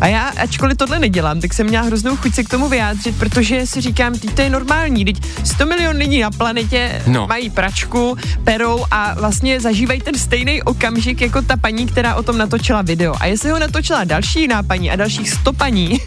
[SPEAKER 3] A já, ačkoliv tohle nedělám, tak jsem měla hroznou chuť se k tomu vyjádřit, protože si říkám, teď to je normální, teď 100 milion lidí na planetě
[SPEAKER 2] No.
[SPEAKER 3] no. mají pračku, perou a vlastně zažívají ten stejný okamžik jako ta paní, která o tom natočila video. A jestli ho natočila další jiná paní a dalších 100 paní, lidí,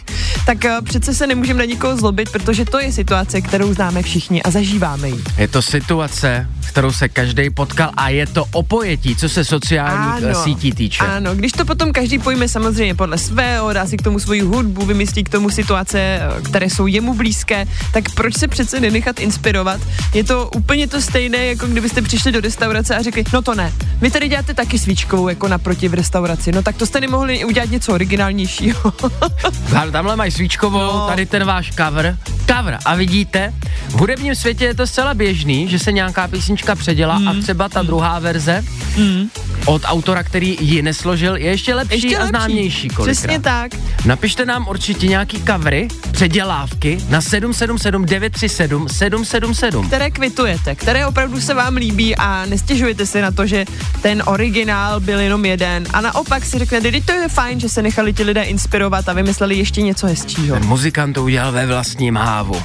[SPEAKER 3] tak eh, přece se nemůžeme na nikoho zlobit, protože to je situace, kterou známe všichni a zažíváme ji.
[SPEAKER 2] Je to situace, s kterou se každý potkal a je to o pojetí, co se sociálních ano. sítí týče. Ano.
[SPEAKER 3] Ano, když to potom každý pojme samozřejmě podle svého, dá si k tomu svoji hudbu, vymyslí k tomu situace, eh, které jsou jemu blízké, tak proč se přece nenechat inspirovat? Je to úplně to stejné, jako kdybyste přišli do restaurace a řekli, no to ne, vy tady děláte taky svíčkovou jako naproti v restauraci, no tak to jste nemohli udělat něco originálnějšího.
[SPEAKER 2] Tamhle mají svíčkovou, no.
[SPEAKER 3] No.
[SPEAKER 2] tady ten váš cover. Cover. A vidíte, v hudebním světě je to zcela běžný, že se nějaká písnička předělá mm. a třeba ta druhá verze
[SPEAKER 3] Mm.
[SPEAKER 2] od autora, který ji nesložil, je ještě lepší
[SPEAKER 3] Ještě
[SPEAKER 2] a
[SPEAKER 3] lepší.
[SPEAKER 2] známější kolikrát.
[SPEAKER 3] Přesně tak.
[SPEAKER 2] Napište nám určitě nějaký covery, předělávky na 777 937 777.
[SPEAKER 3] které kvitujete, které opravdu se vám líbí a nestěžujete si na to, že ten originál byl jenom jeden. A naopak si řeknete, teď to je fajn, že se nechali ti lidé inspirovat a vymysleli ještě něco hezčího.
[SPEAKER 2] Ten muzikant to udělal ve vlastním hávu.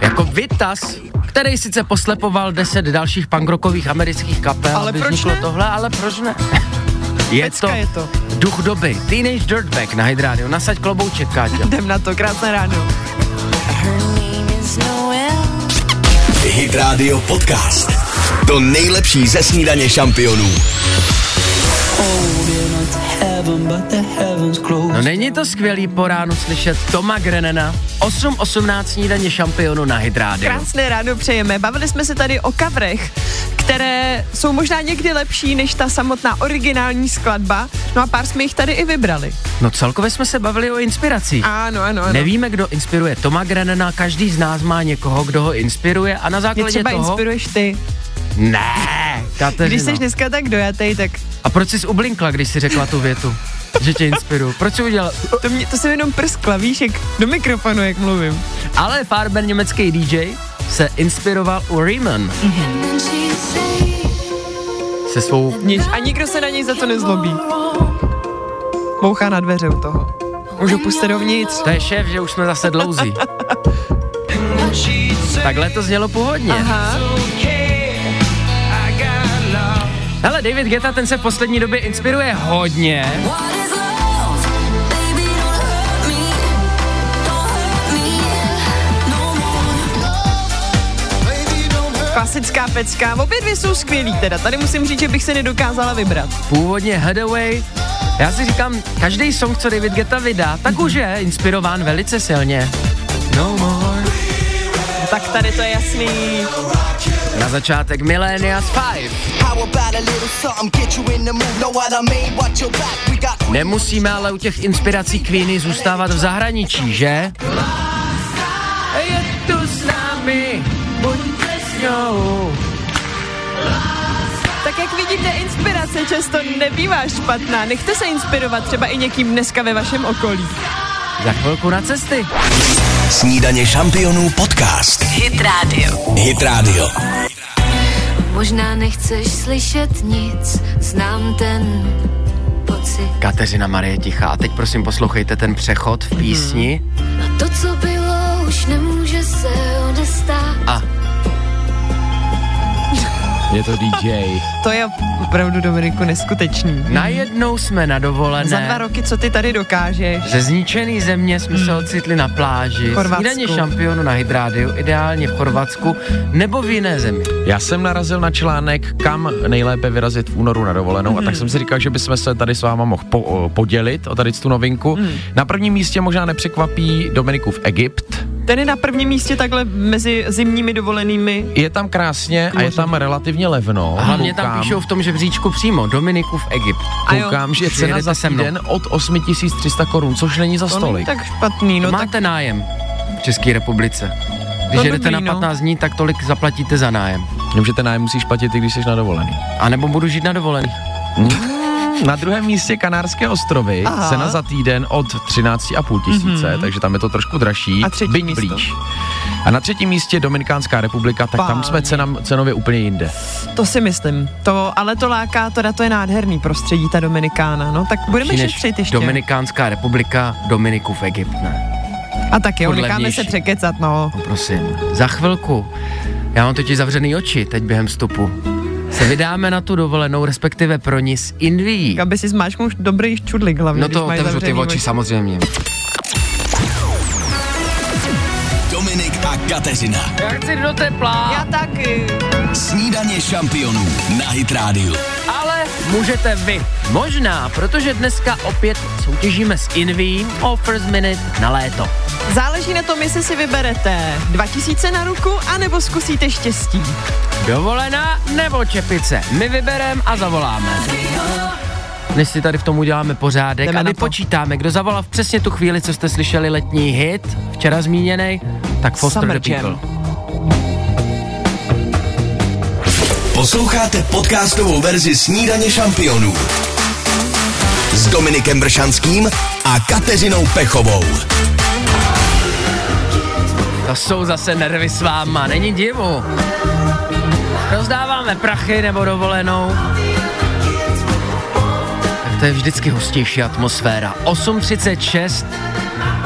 [SPEAKER 2] Jako Vitas, který sice poslepoval 10 dalších pangrokových amerických kapel,
[SPEAKER 3] Ale
[SPEAKER 2] aby
[SPEAKER 3] proč
[SPEAKER 2] vzniklo
[SPEAKER 3] ne?
[SPEAKER 2] tohle, ale proč ne? Je
[SPEAKER 3] Pecka
[SPEAKER 2] to,
[SPEAKER 3] je to.
[SPEAKER 2] duch doby. Teenage Dirtbag na Hydrádiu. Nasaď klobouček, Káťo. No
[SPEAKER 3] Jdem na to, krásné ráno.
[SPEAKER 1] Hit Radio Podcast. To nejlepší ze snídaně šampionů.
[SPEAKER 2] No není to skvělý po ránu slyšet Toma Grenena 8.18 snídaně šampionu na Hydrádiu.
[SPEAKER 3] Krásné ráno přejeme. Bavili jsme se tady o kavrech, které jsou možná někdy lepší než ta samotná originální skladba. No a pár jsme jich tady i vybrali.
[SPEAKER 2] No celkově jsme se bavili o inspiracích.
[SPEAKER 3] Ano, ano, ano.
[SPEAKER 2] Nevíme, kdo inspiruje Toma Grenena, každý z nás má někoho, kdo ho inspiruje a na
[SPEAKER 3] Mě
[SPEAKER 2] základě
[SPEAKER 3] třeba
[SPEAKER 2] toho...
[SPEAKER 3] inspiruješ ty.
[SPEAKER 2] Ne,
[SPEAKER 3] Když
[SPEAKER 2] Kateřino.
[SPEAKER 3] jsi dneska tak dojatej, tak
[SPEAKER 2] A proč jsi ublinkla, když jsi řekla tu větu? že tě inspiruju. Proč jsi udělal?
[SPEAKER 3] to, mě, to se jenom prskla, víš, jak do mikrofonu, jak mluvím.
[SPEAKER 2] Ale Farben, německý DJ, se inspiroval u Riemann se svou...
[SPEAKER 3] Nic. A nikdo se na něj za to nezlobí. Bouchá na dveře u toho. Můžu pustit dovnitř.
[SPEAKER 2] To je šéf, že už jsme zase dlouzí. Takhle to znělo původně.
[SPEAKER 3] Aha.
[SPEAKER 2] Hele, David Geta, ten se v poslední době inspiruje hodně.
[SPEAKER 10] No
[SPEAKER 3] Klasická pecka. Obě dvě jsou skvělí teda. Tady musím říct, že bych se nedokázala vybrat.
[SPEAKER 2] Původně Hathaway. Já si říkám, každý song, co David Geta vydá, tak už je inspirován velice silně. No more.
[SPEAKER 3] Tak tady to je jasný.
[SPEAKER 2] Na začátek Millennia Five. Nemusíme ale u těch inspirací Queeny zůstávat v zahraničí, že? Je tu s námi, buďte s ňou.
[SPEAKER 3] Tak jak vidíte, inspirace často nebývá špatná. Nechte se inspirovat třeba i někým dneska ve vašem okolí.
[SPEAKER 2] Za chvilku na cesty.
[SPEAKER 1] Snídaně šampionů podcast.
[SPEAKER 6] Hit Radio.
[SPEAKER 1] Hit Radio.
[SPEAKER 10] Možná nechceš slyšet nic, znám ten pocit.
[SPEAKER 2] Kateřina Marie Tichá. A teď prosím poslouchejte ten přechod v písni.
[SPEAKER 10] A to, co bylo, už nemůže se odestát.
[SPEAKER 2] A
[SPEAKER 5] Je to DJ.
[SPEAKER 3] To je opravdu, Dominiku, neskutečný.
[SPEAKER 2] najednou jsme na dovolené.
[SPEAKER 3] Za dva roky, co ty tady dokážeš.
[SPEAKER 2] Ze zničený země jsme se ocitli na pláži.
[SPEAKER 3] Hmm. V Chorvatsku.
[SPEAKER 2] Snídaně šampionu na Hydrádiu, ideálně v Chorvatsku nebo v jiné zemi.
[SPEAKER 5] Já jsem narazil na článek, kam nejlépe vyrazit v únoru na dovolenou a
[SPEAKER 2] Mhm.
[SPEAKER 5] tak jsem si říkal, že bychom se tady s váma mohl po, o, podělit o tady tu novinku.
[SPEAKER 2] Mhm.
[SPEAKER 5] Na prvním místě možná nepřekvapí Dominiku v Egypt.
[SPEAKER 3] Ten je na prvním místě takhle mezi zimními dovolenými.
[SPEAKER 5] Je tam krásně a je tam relativně levno.
[SPEAKER 2] A hlavně tam
[SPEAKER 5] Koukám-
[SPEAKER 2] píšou v tom žebříčku přímo Dominiku v Egypt.
[SPEAKER 3] A jo.
[SPEAKER 5] Koukám, že cena
[SPEAKER 2] Přijedete
[SPEAKER 5] za
[SPEAKER 2] se mnou.
[SPEAKER 5] týden od 8300 korun, což není za
[SPEAKER 3] To není
[SPEAKER 5] stolik.
[SPEAKER 3] tak špatný, no
[SPEAKER 2] No
[SPEAKER 3] tak
[SPEAKER 2] Máte tak... nájem v České republice. Když
[SPEAKER 3] No
[SPEAKER 2] jedete
[SPEAKER 3] dobrý,
[SPEAKER 2] na
[SPEAKER 3] no.
[SPEAKER 2] 15 dní, tak tolik zaplatíte za nájem.
[SPEAKER 5] Vím, že ten nájem musíš platit, i když jsi na dovolený.
[SPEAKER 2] A nebo budu žít na dovolený.
[SPEAKER 5] Na druhém místě Kanárské ostrovy Aha.
[SPEAKER 3] Aha. Mhm.
[SPEAKER 5] cena za týden od 13,5 tisíce, mm-hmm. takže tam je to trošku dražší,
[SPEAKER 3] A třetí
[SPEAKER 5] byť
[SPEAKER 3] místo?
[SPEAKER 5] blíž. A na třetím místě Dominikánská republika, tak tam
[SPEAKER 3] Páni.
[SPEAKER 5] jsme cenam, cenově úplně jinde.
[SPEAKER 3] to si myslím. To, ale to láká, teda to je nádherný prostředí, ta Dominikána. No tak budeme
[SPEAKER 2] Lepší než
[SPEAKER 3] šetřit ještě.
[SPEAKER 2] Dominikánská republika, Dominiku v Egypt. Ne,
[SPEAKER 3] A tak jo,
[SPEAKER 2] Podle
[SPEAKER 3] necháme
[SPEAKER 2] vnější.
[SPEAKER 3] se překecat, no.
[SPEAKER 2] no prosím. Za chvilku. Já mám totiž zavřený oči teď během vstupu. Se vydáme na tu dovolenou, respektive pro ní s Indií.
[SPEAKER 3] Aby si zmáčknul dobrý čudlik hlavně,
[SPEAKER 2] No
[SPEAKER 3] když
[SPEAKER 2] to
[SPEAKER 3] mají
[SPEAKER 2] otevřu ty
[SPEAKER 3] zavřený
[SPEAKER 2] oči samozřejmě.
[SPEAKER 1] a Kateřina.
[SPEAKER 2] Já chci do tepla.
[SPEAKER 3] Já eh, taky.
[SPEAKER 1] Snídaně šampionů na Hit Radio.
[SPEAKER 2] Ale můžete vy. Možná, protože dneska opět soutěžíme s Inví o First Minute na léto.
[SPEAKER 3] Záleží na tom, jestli si vyberete 2000 na ruku, anebo zkusíte štěstí.
[SPEAKER 2] Dovolená nebo čepice. My vybereme a zavoláme. Než si tady v tom uděláme pořádek
[SPEAKER 3] Jdeme
[SPEAKER 2] a
[SPEAKER 3] na to.
[SPEAKER 2] vypočítáme, kdo zavolal v přesně tu chvíli, co jste slyšeli letní hit, včera zmíněný, tak Foster
[SPEAKER 3] Summer
[SPEAKER 2] the
[SPEAKER 3] Jam.
[SPEAKER 2] People.
[SPEAKER 1] Posloucháte podcastovou verzi Snídaně šampionů s Dominikem Bršanským a Kateřinou Pechovou.
[SPEAKER 2] To jsou zase nervy s váma, není divu. Rozdáváme prachy nebo dovolenou. Tak to je vždycky hustější atmosféra. 8.36.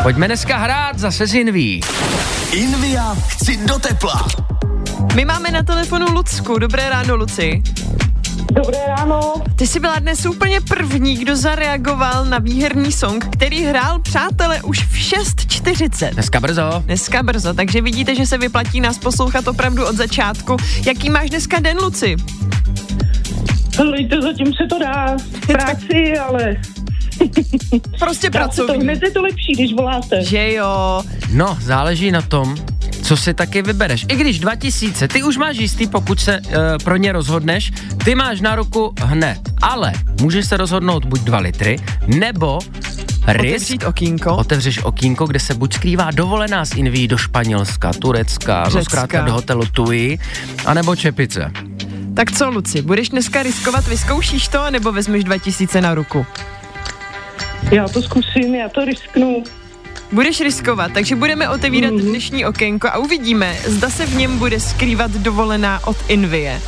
[SPEAKER 2] Pojďme dneska hrát zase z Inví.
[SPEAKER 1] Invia chci do tepla.
[SPEAKER 3] My máme na telefonu Lucku. Dobré ráno, Luci.
[SPEAKER 6] Dobré ráno.
[SPEAKER 3] Ty jsi byla dnes úplně první, kdo zareagoval na výherní song, který hrál přátele už v 6.40.
[SPEAKER 2] Dneska brzo.
[SPEAKER 3] Dneska brzo, takže vidíte, že se vyplatí nás poslouchat opravdu od začátku. Jaký máš dneska den, Luci?
[SPEAKER 6] Hlejte, zatím se to dá. Práci, ale
[SPEAKER 3] Prostě
[SPEAKER 6] práci to
[SPEAKER 3] pracovní.
[SPEAKER 6] hned je to lepší, když voláte.
[SPEAKER 3] Že jo,
[SPEAKER 2] No, záleží na tom, co si taky vybereš. I když 2000, ty už máš jistý, pokud se e, pro ně rozhodneš, ty máš na ruku hned. Ale můžeš se rozhodnout buď 2 litry, nebo risk,
[SPEAKER 3] otevřít okýnko.
[SPEAKER 2] Otevřeš okýnko, kde se buď skrývá dovolená z Inví do Španělska, Turecka, no
[SPEAKER 3] Řecka.
[SPEAKER 2] zkrátka do hotelu Tui, anebo Čepice.
[SPEAKER 3] Tak co, Luci, budeš dneska riskovat, vyzkoušíš to, nebo vezmeš 2000 na ruku?
[SPEAKER 6] Já to zkusím, já to risknu.
[SPEAKER 3] Budeš riskovat, takže budeme otevírat
[SPEAKER 6] Mhm.
[SPEAKER 3] dnešní okénko a uvidíme, zda se v něm bude skrývat dovolená od Invie.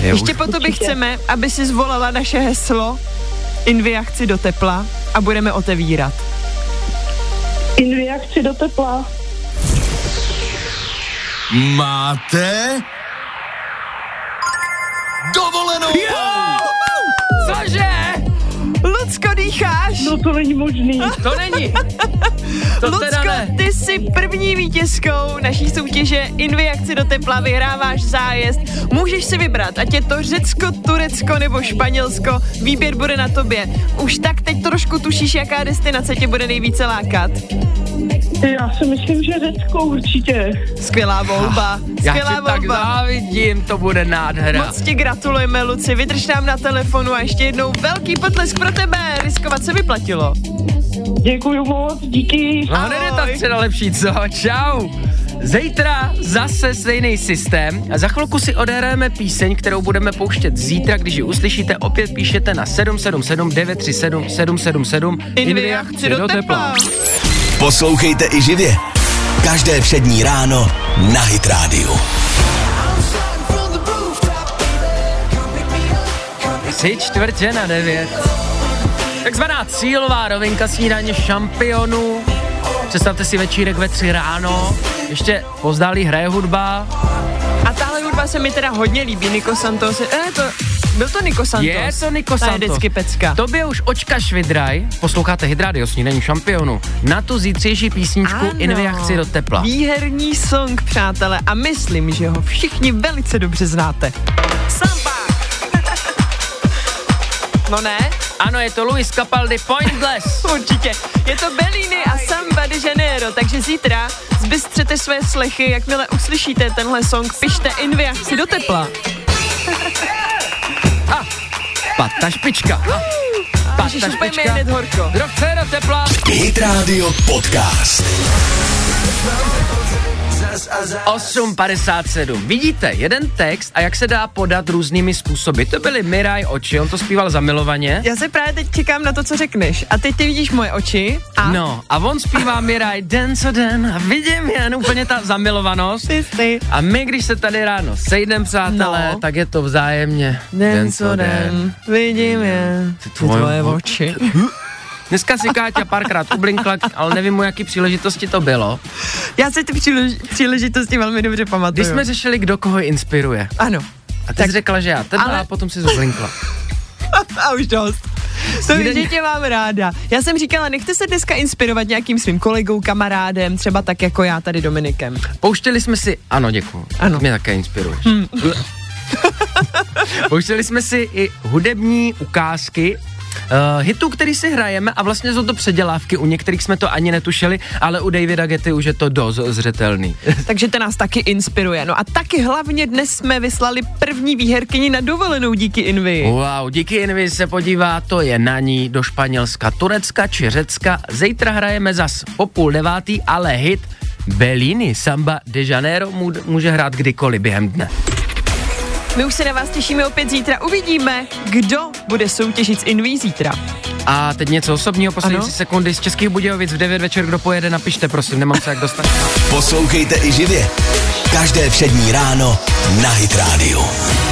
[SPEAKER 2] Je
[SPEAKER 3] Ještě
[SPEAKER 2] už-
[SPEAKER 3] po tobě
[SPEAKER 6] Určitě.
[SPEAKER 3] chceme, aby si zvolala naše heslo Invia chci do tepla a budeme otevírat.
[SPEAKER 6] Invia chci do tepla.
[SPEAKER 1] Máte dovolenou.
[SPEAKER 2] Cože?
[SPEAKER 3] Lucko, dýcháš?
[SPEAKER 6] No to není možný.
[SPEAKER 2] To není. To teda
[SPEAKER 3] Lucko,
[SPEAKER 2] ne.
[SPEAKER 3] ty jsi první vítězkou naší soutěže Invi akci do tepla, vyhráváš zájezd. Můžeš si vybrat, ať je to Řecko, Turecko nebo Španělsko, výběr bude na tobě. Už tak teď trošku tušíš, jaká destinace tě bude nejvíce lákat.
[SPEAKER 6] Já si myslím, že Řecko určitě.
[SPEAKER 3] Skvělá volba,
[SPEAKER 2] Ah, Já
[SPEAKER 3] skvělá
[SPEAKER 2] ti tak
[SPEAKER 3] volba.
[SPEAKER 2] závidím, to bude nádhera.
[SPEAKER 3] Moc ti gratulujeme, Luci, vydrž nám na telefonu a ještě jednou velký potlesk pro tebe, riskovat se vyplatilo.
[SPEAKER 6] Děkuji moc, díky.
[SPEAKER 2] No ne, ne, ta
[SPEAKER 3] Ahoj.
[SPEAKER 2] středa lepší, co? Čau. Zítra zase stejný systém a za chvilku si odehráme píseň, kterou budeme pouštět zítra, když ji uslyšíte, opět píšete na 777 937 777
[SPEAKER 3] Invia, chci do tepla.
[SPEAKER 1] Poslouchejte i živě. Každé přední ráno na Hit Radio.
[SPEAKER 2] Tři čtvrtě na devět. Takzvaná cílová rovinka snídaně šampionů. Představte si večírek ve tři ráno, ještě pozdálí hraje hudba,
[SPEAKER 3] A tahle hudba se mi teda hodně líbí, Niko Santos. Eh, to, byl to Niko Santos.
[SPEAKER 2] Je to Niko
[SPEAKER 3] Ta je
[SPEAKER 2] Santos.
[SPEAKER 3] vždycky pecka.
[SPEAKER 2] Tobě už očka švidraj, posloucháte Hydradio snídaní šampionu, na tu zítřejší písničku Invia chci do tepla.
[SPEAKER 3] Výherní song, přátelé, a myslím, že ho všichni velice dobře znáte. Samba! No ne,
[SPEAKER 2] Ano, je to Luis Capaldi Pointless.
[SPEAKER 3] určitě. Je to Bellini a Samba de Janeiro, takže zítra zbystřete své slechy, jakmile uslyšíte tenhle song, pište Invia si do tepla.
[SPEAKER 2] Pata špička. Pata
[SPEAKER 3] Ježiš, úplně mi je
[SPEAKER 2] špička.
[SPEAKER 3] hned horko.
[SPEAKER 2] Kdo chce do tepla?
[SPEAKER 1] Hit Radio Podcast.
[SPEAKER 2] 8.57. Vidíte, jeden text a jak se dá podat různými způsoby. To byly Miraj oči, on to zpíval zamilovaně.
[SPEAKER 3] Já se právě teď čekám na to, co řekneš. A teď ty vidíš moje oči a
[SPEAKER 2] No, a on zpívá Miraj den co den a vidím jen úplně ta zamilovanost.
[SPEAKER 3] ty jsi.
[SPEAKER 2] A my, když se tady ráno sejdeme, přátelé, no.
[SPEAKER 3] No.
[SPEAKER 2] tak je to vzájemně.
[SPEAKER 3] Den co den, vidím je, ty
[SPEAKER 2] tvoje
[SPEAKER 3] tvoje
[SPEAKER 2] o-
[SPEAKER 3] oči.
[SPEAKER 2] Dneska si Káťa párkrát ublinkla, ale nevím, u jaký příležitosti to bylo.
[SPEAKER 3] Já si ty přílež- příležitosti velmi dobře pamatuju.
[SPEAKER 2] Když jsme řešili, kdo koho inspiruje.
[SPEAKER 3] Ano.
[SPEAKER 2] A ty
[SPEAKER 3] Tak-
[SPEAKER 2] jsi řekla, že já tenhle, ale...
[SPEAKER 3] ale-
[SPEAKER 2] a potom si zublinkla.
[SPEAKER 3] A už dost. To je, že tě mám ráda. Já jsem říkala, nechte se dneska inspirovat nějakým svým kolegou, kamarádem, třeba tak jako já tady Dominikem.
[SPEAKER 2] Pouštěli jsme si, ano děkuji, ano. mě také inspiruješ. Hmm. Pouštěli jsme si i hudební ukázky Uh, hitů, který si hrajeme a vlastně jsou to předělávky, u některých jsme to ani netušili, ale u Davida Getty už je to dost zřetelný.
[SPEAKER 3] Takže ten nás taky inspiruje. No a taky hlavně dnes jsme vyslali první výherkyni na dovolenou díky Invi.
[SPEAKER 2] Wow, díky Invi se podívá, to je na ní do Španělska, Turecka či Řecka. Zítra hrajeme zas po půl devátý, ale hit Bellini Samba de Janeiro může hrát kdykoliv během dne.
[SPEAKER 3] My už se na vás těšíme opět zítra. Uvidíme, kdo bude soutěžit s Inví zítra.
[SPEAKER 2] A teď něco osobního,
[SPEAKER 3] No.
[SPEAKER 2] poslední ano? sekundy z Českých Budějovic v 9 večer, kdo pojede, napište, prosím, nemám se jak dostat.
[SPEAKER 1] Poslouchejte i živě. Každé přední ráno na Hit Radio.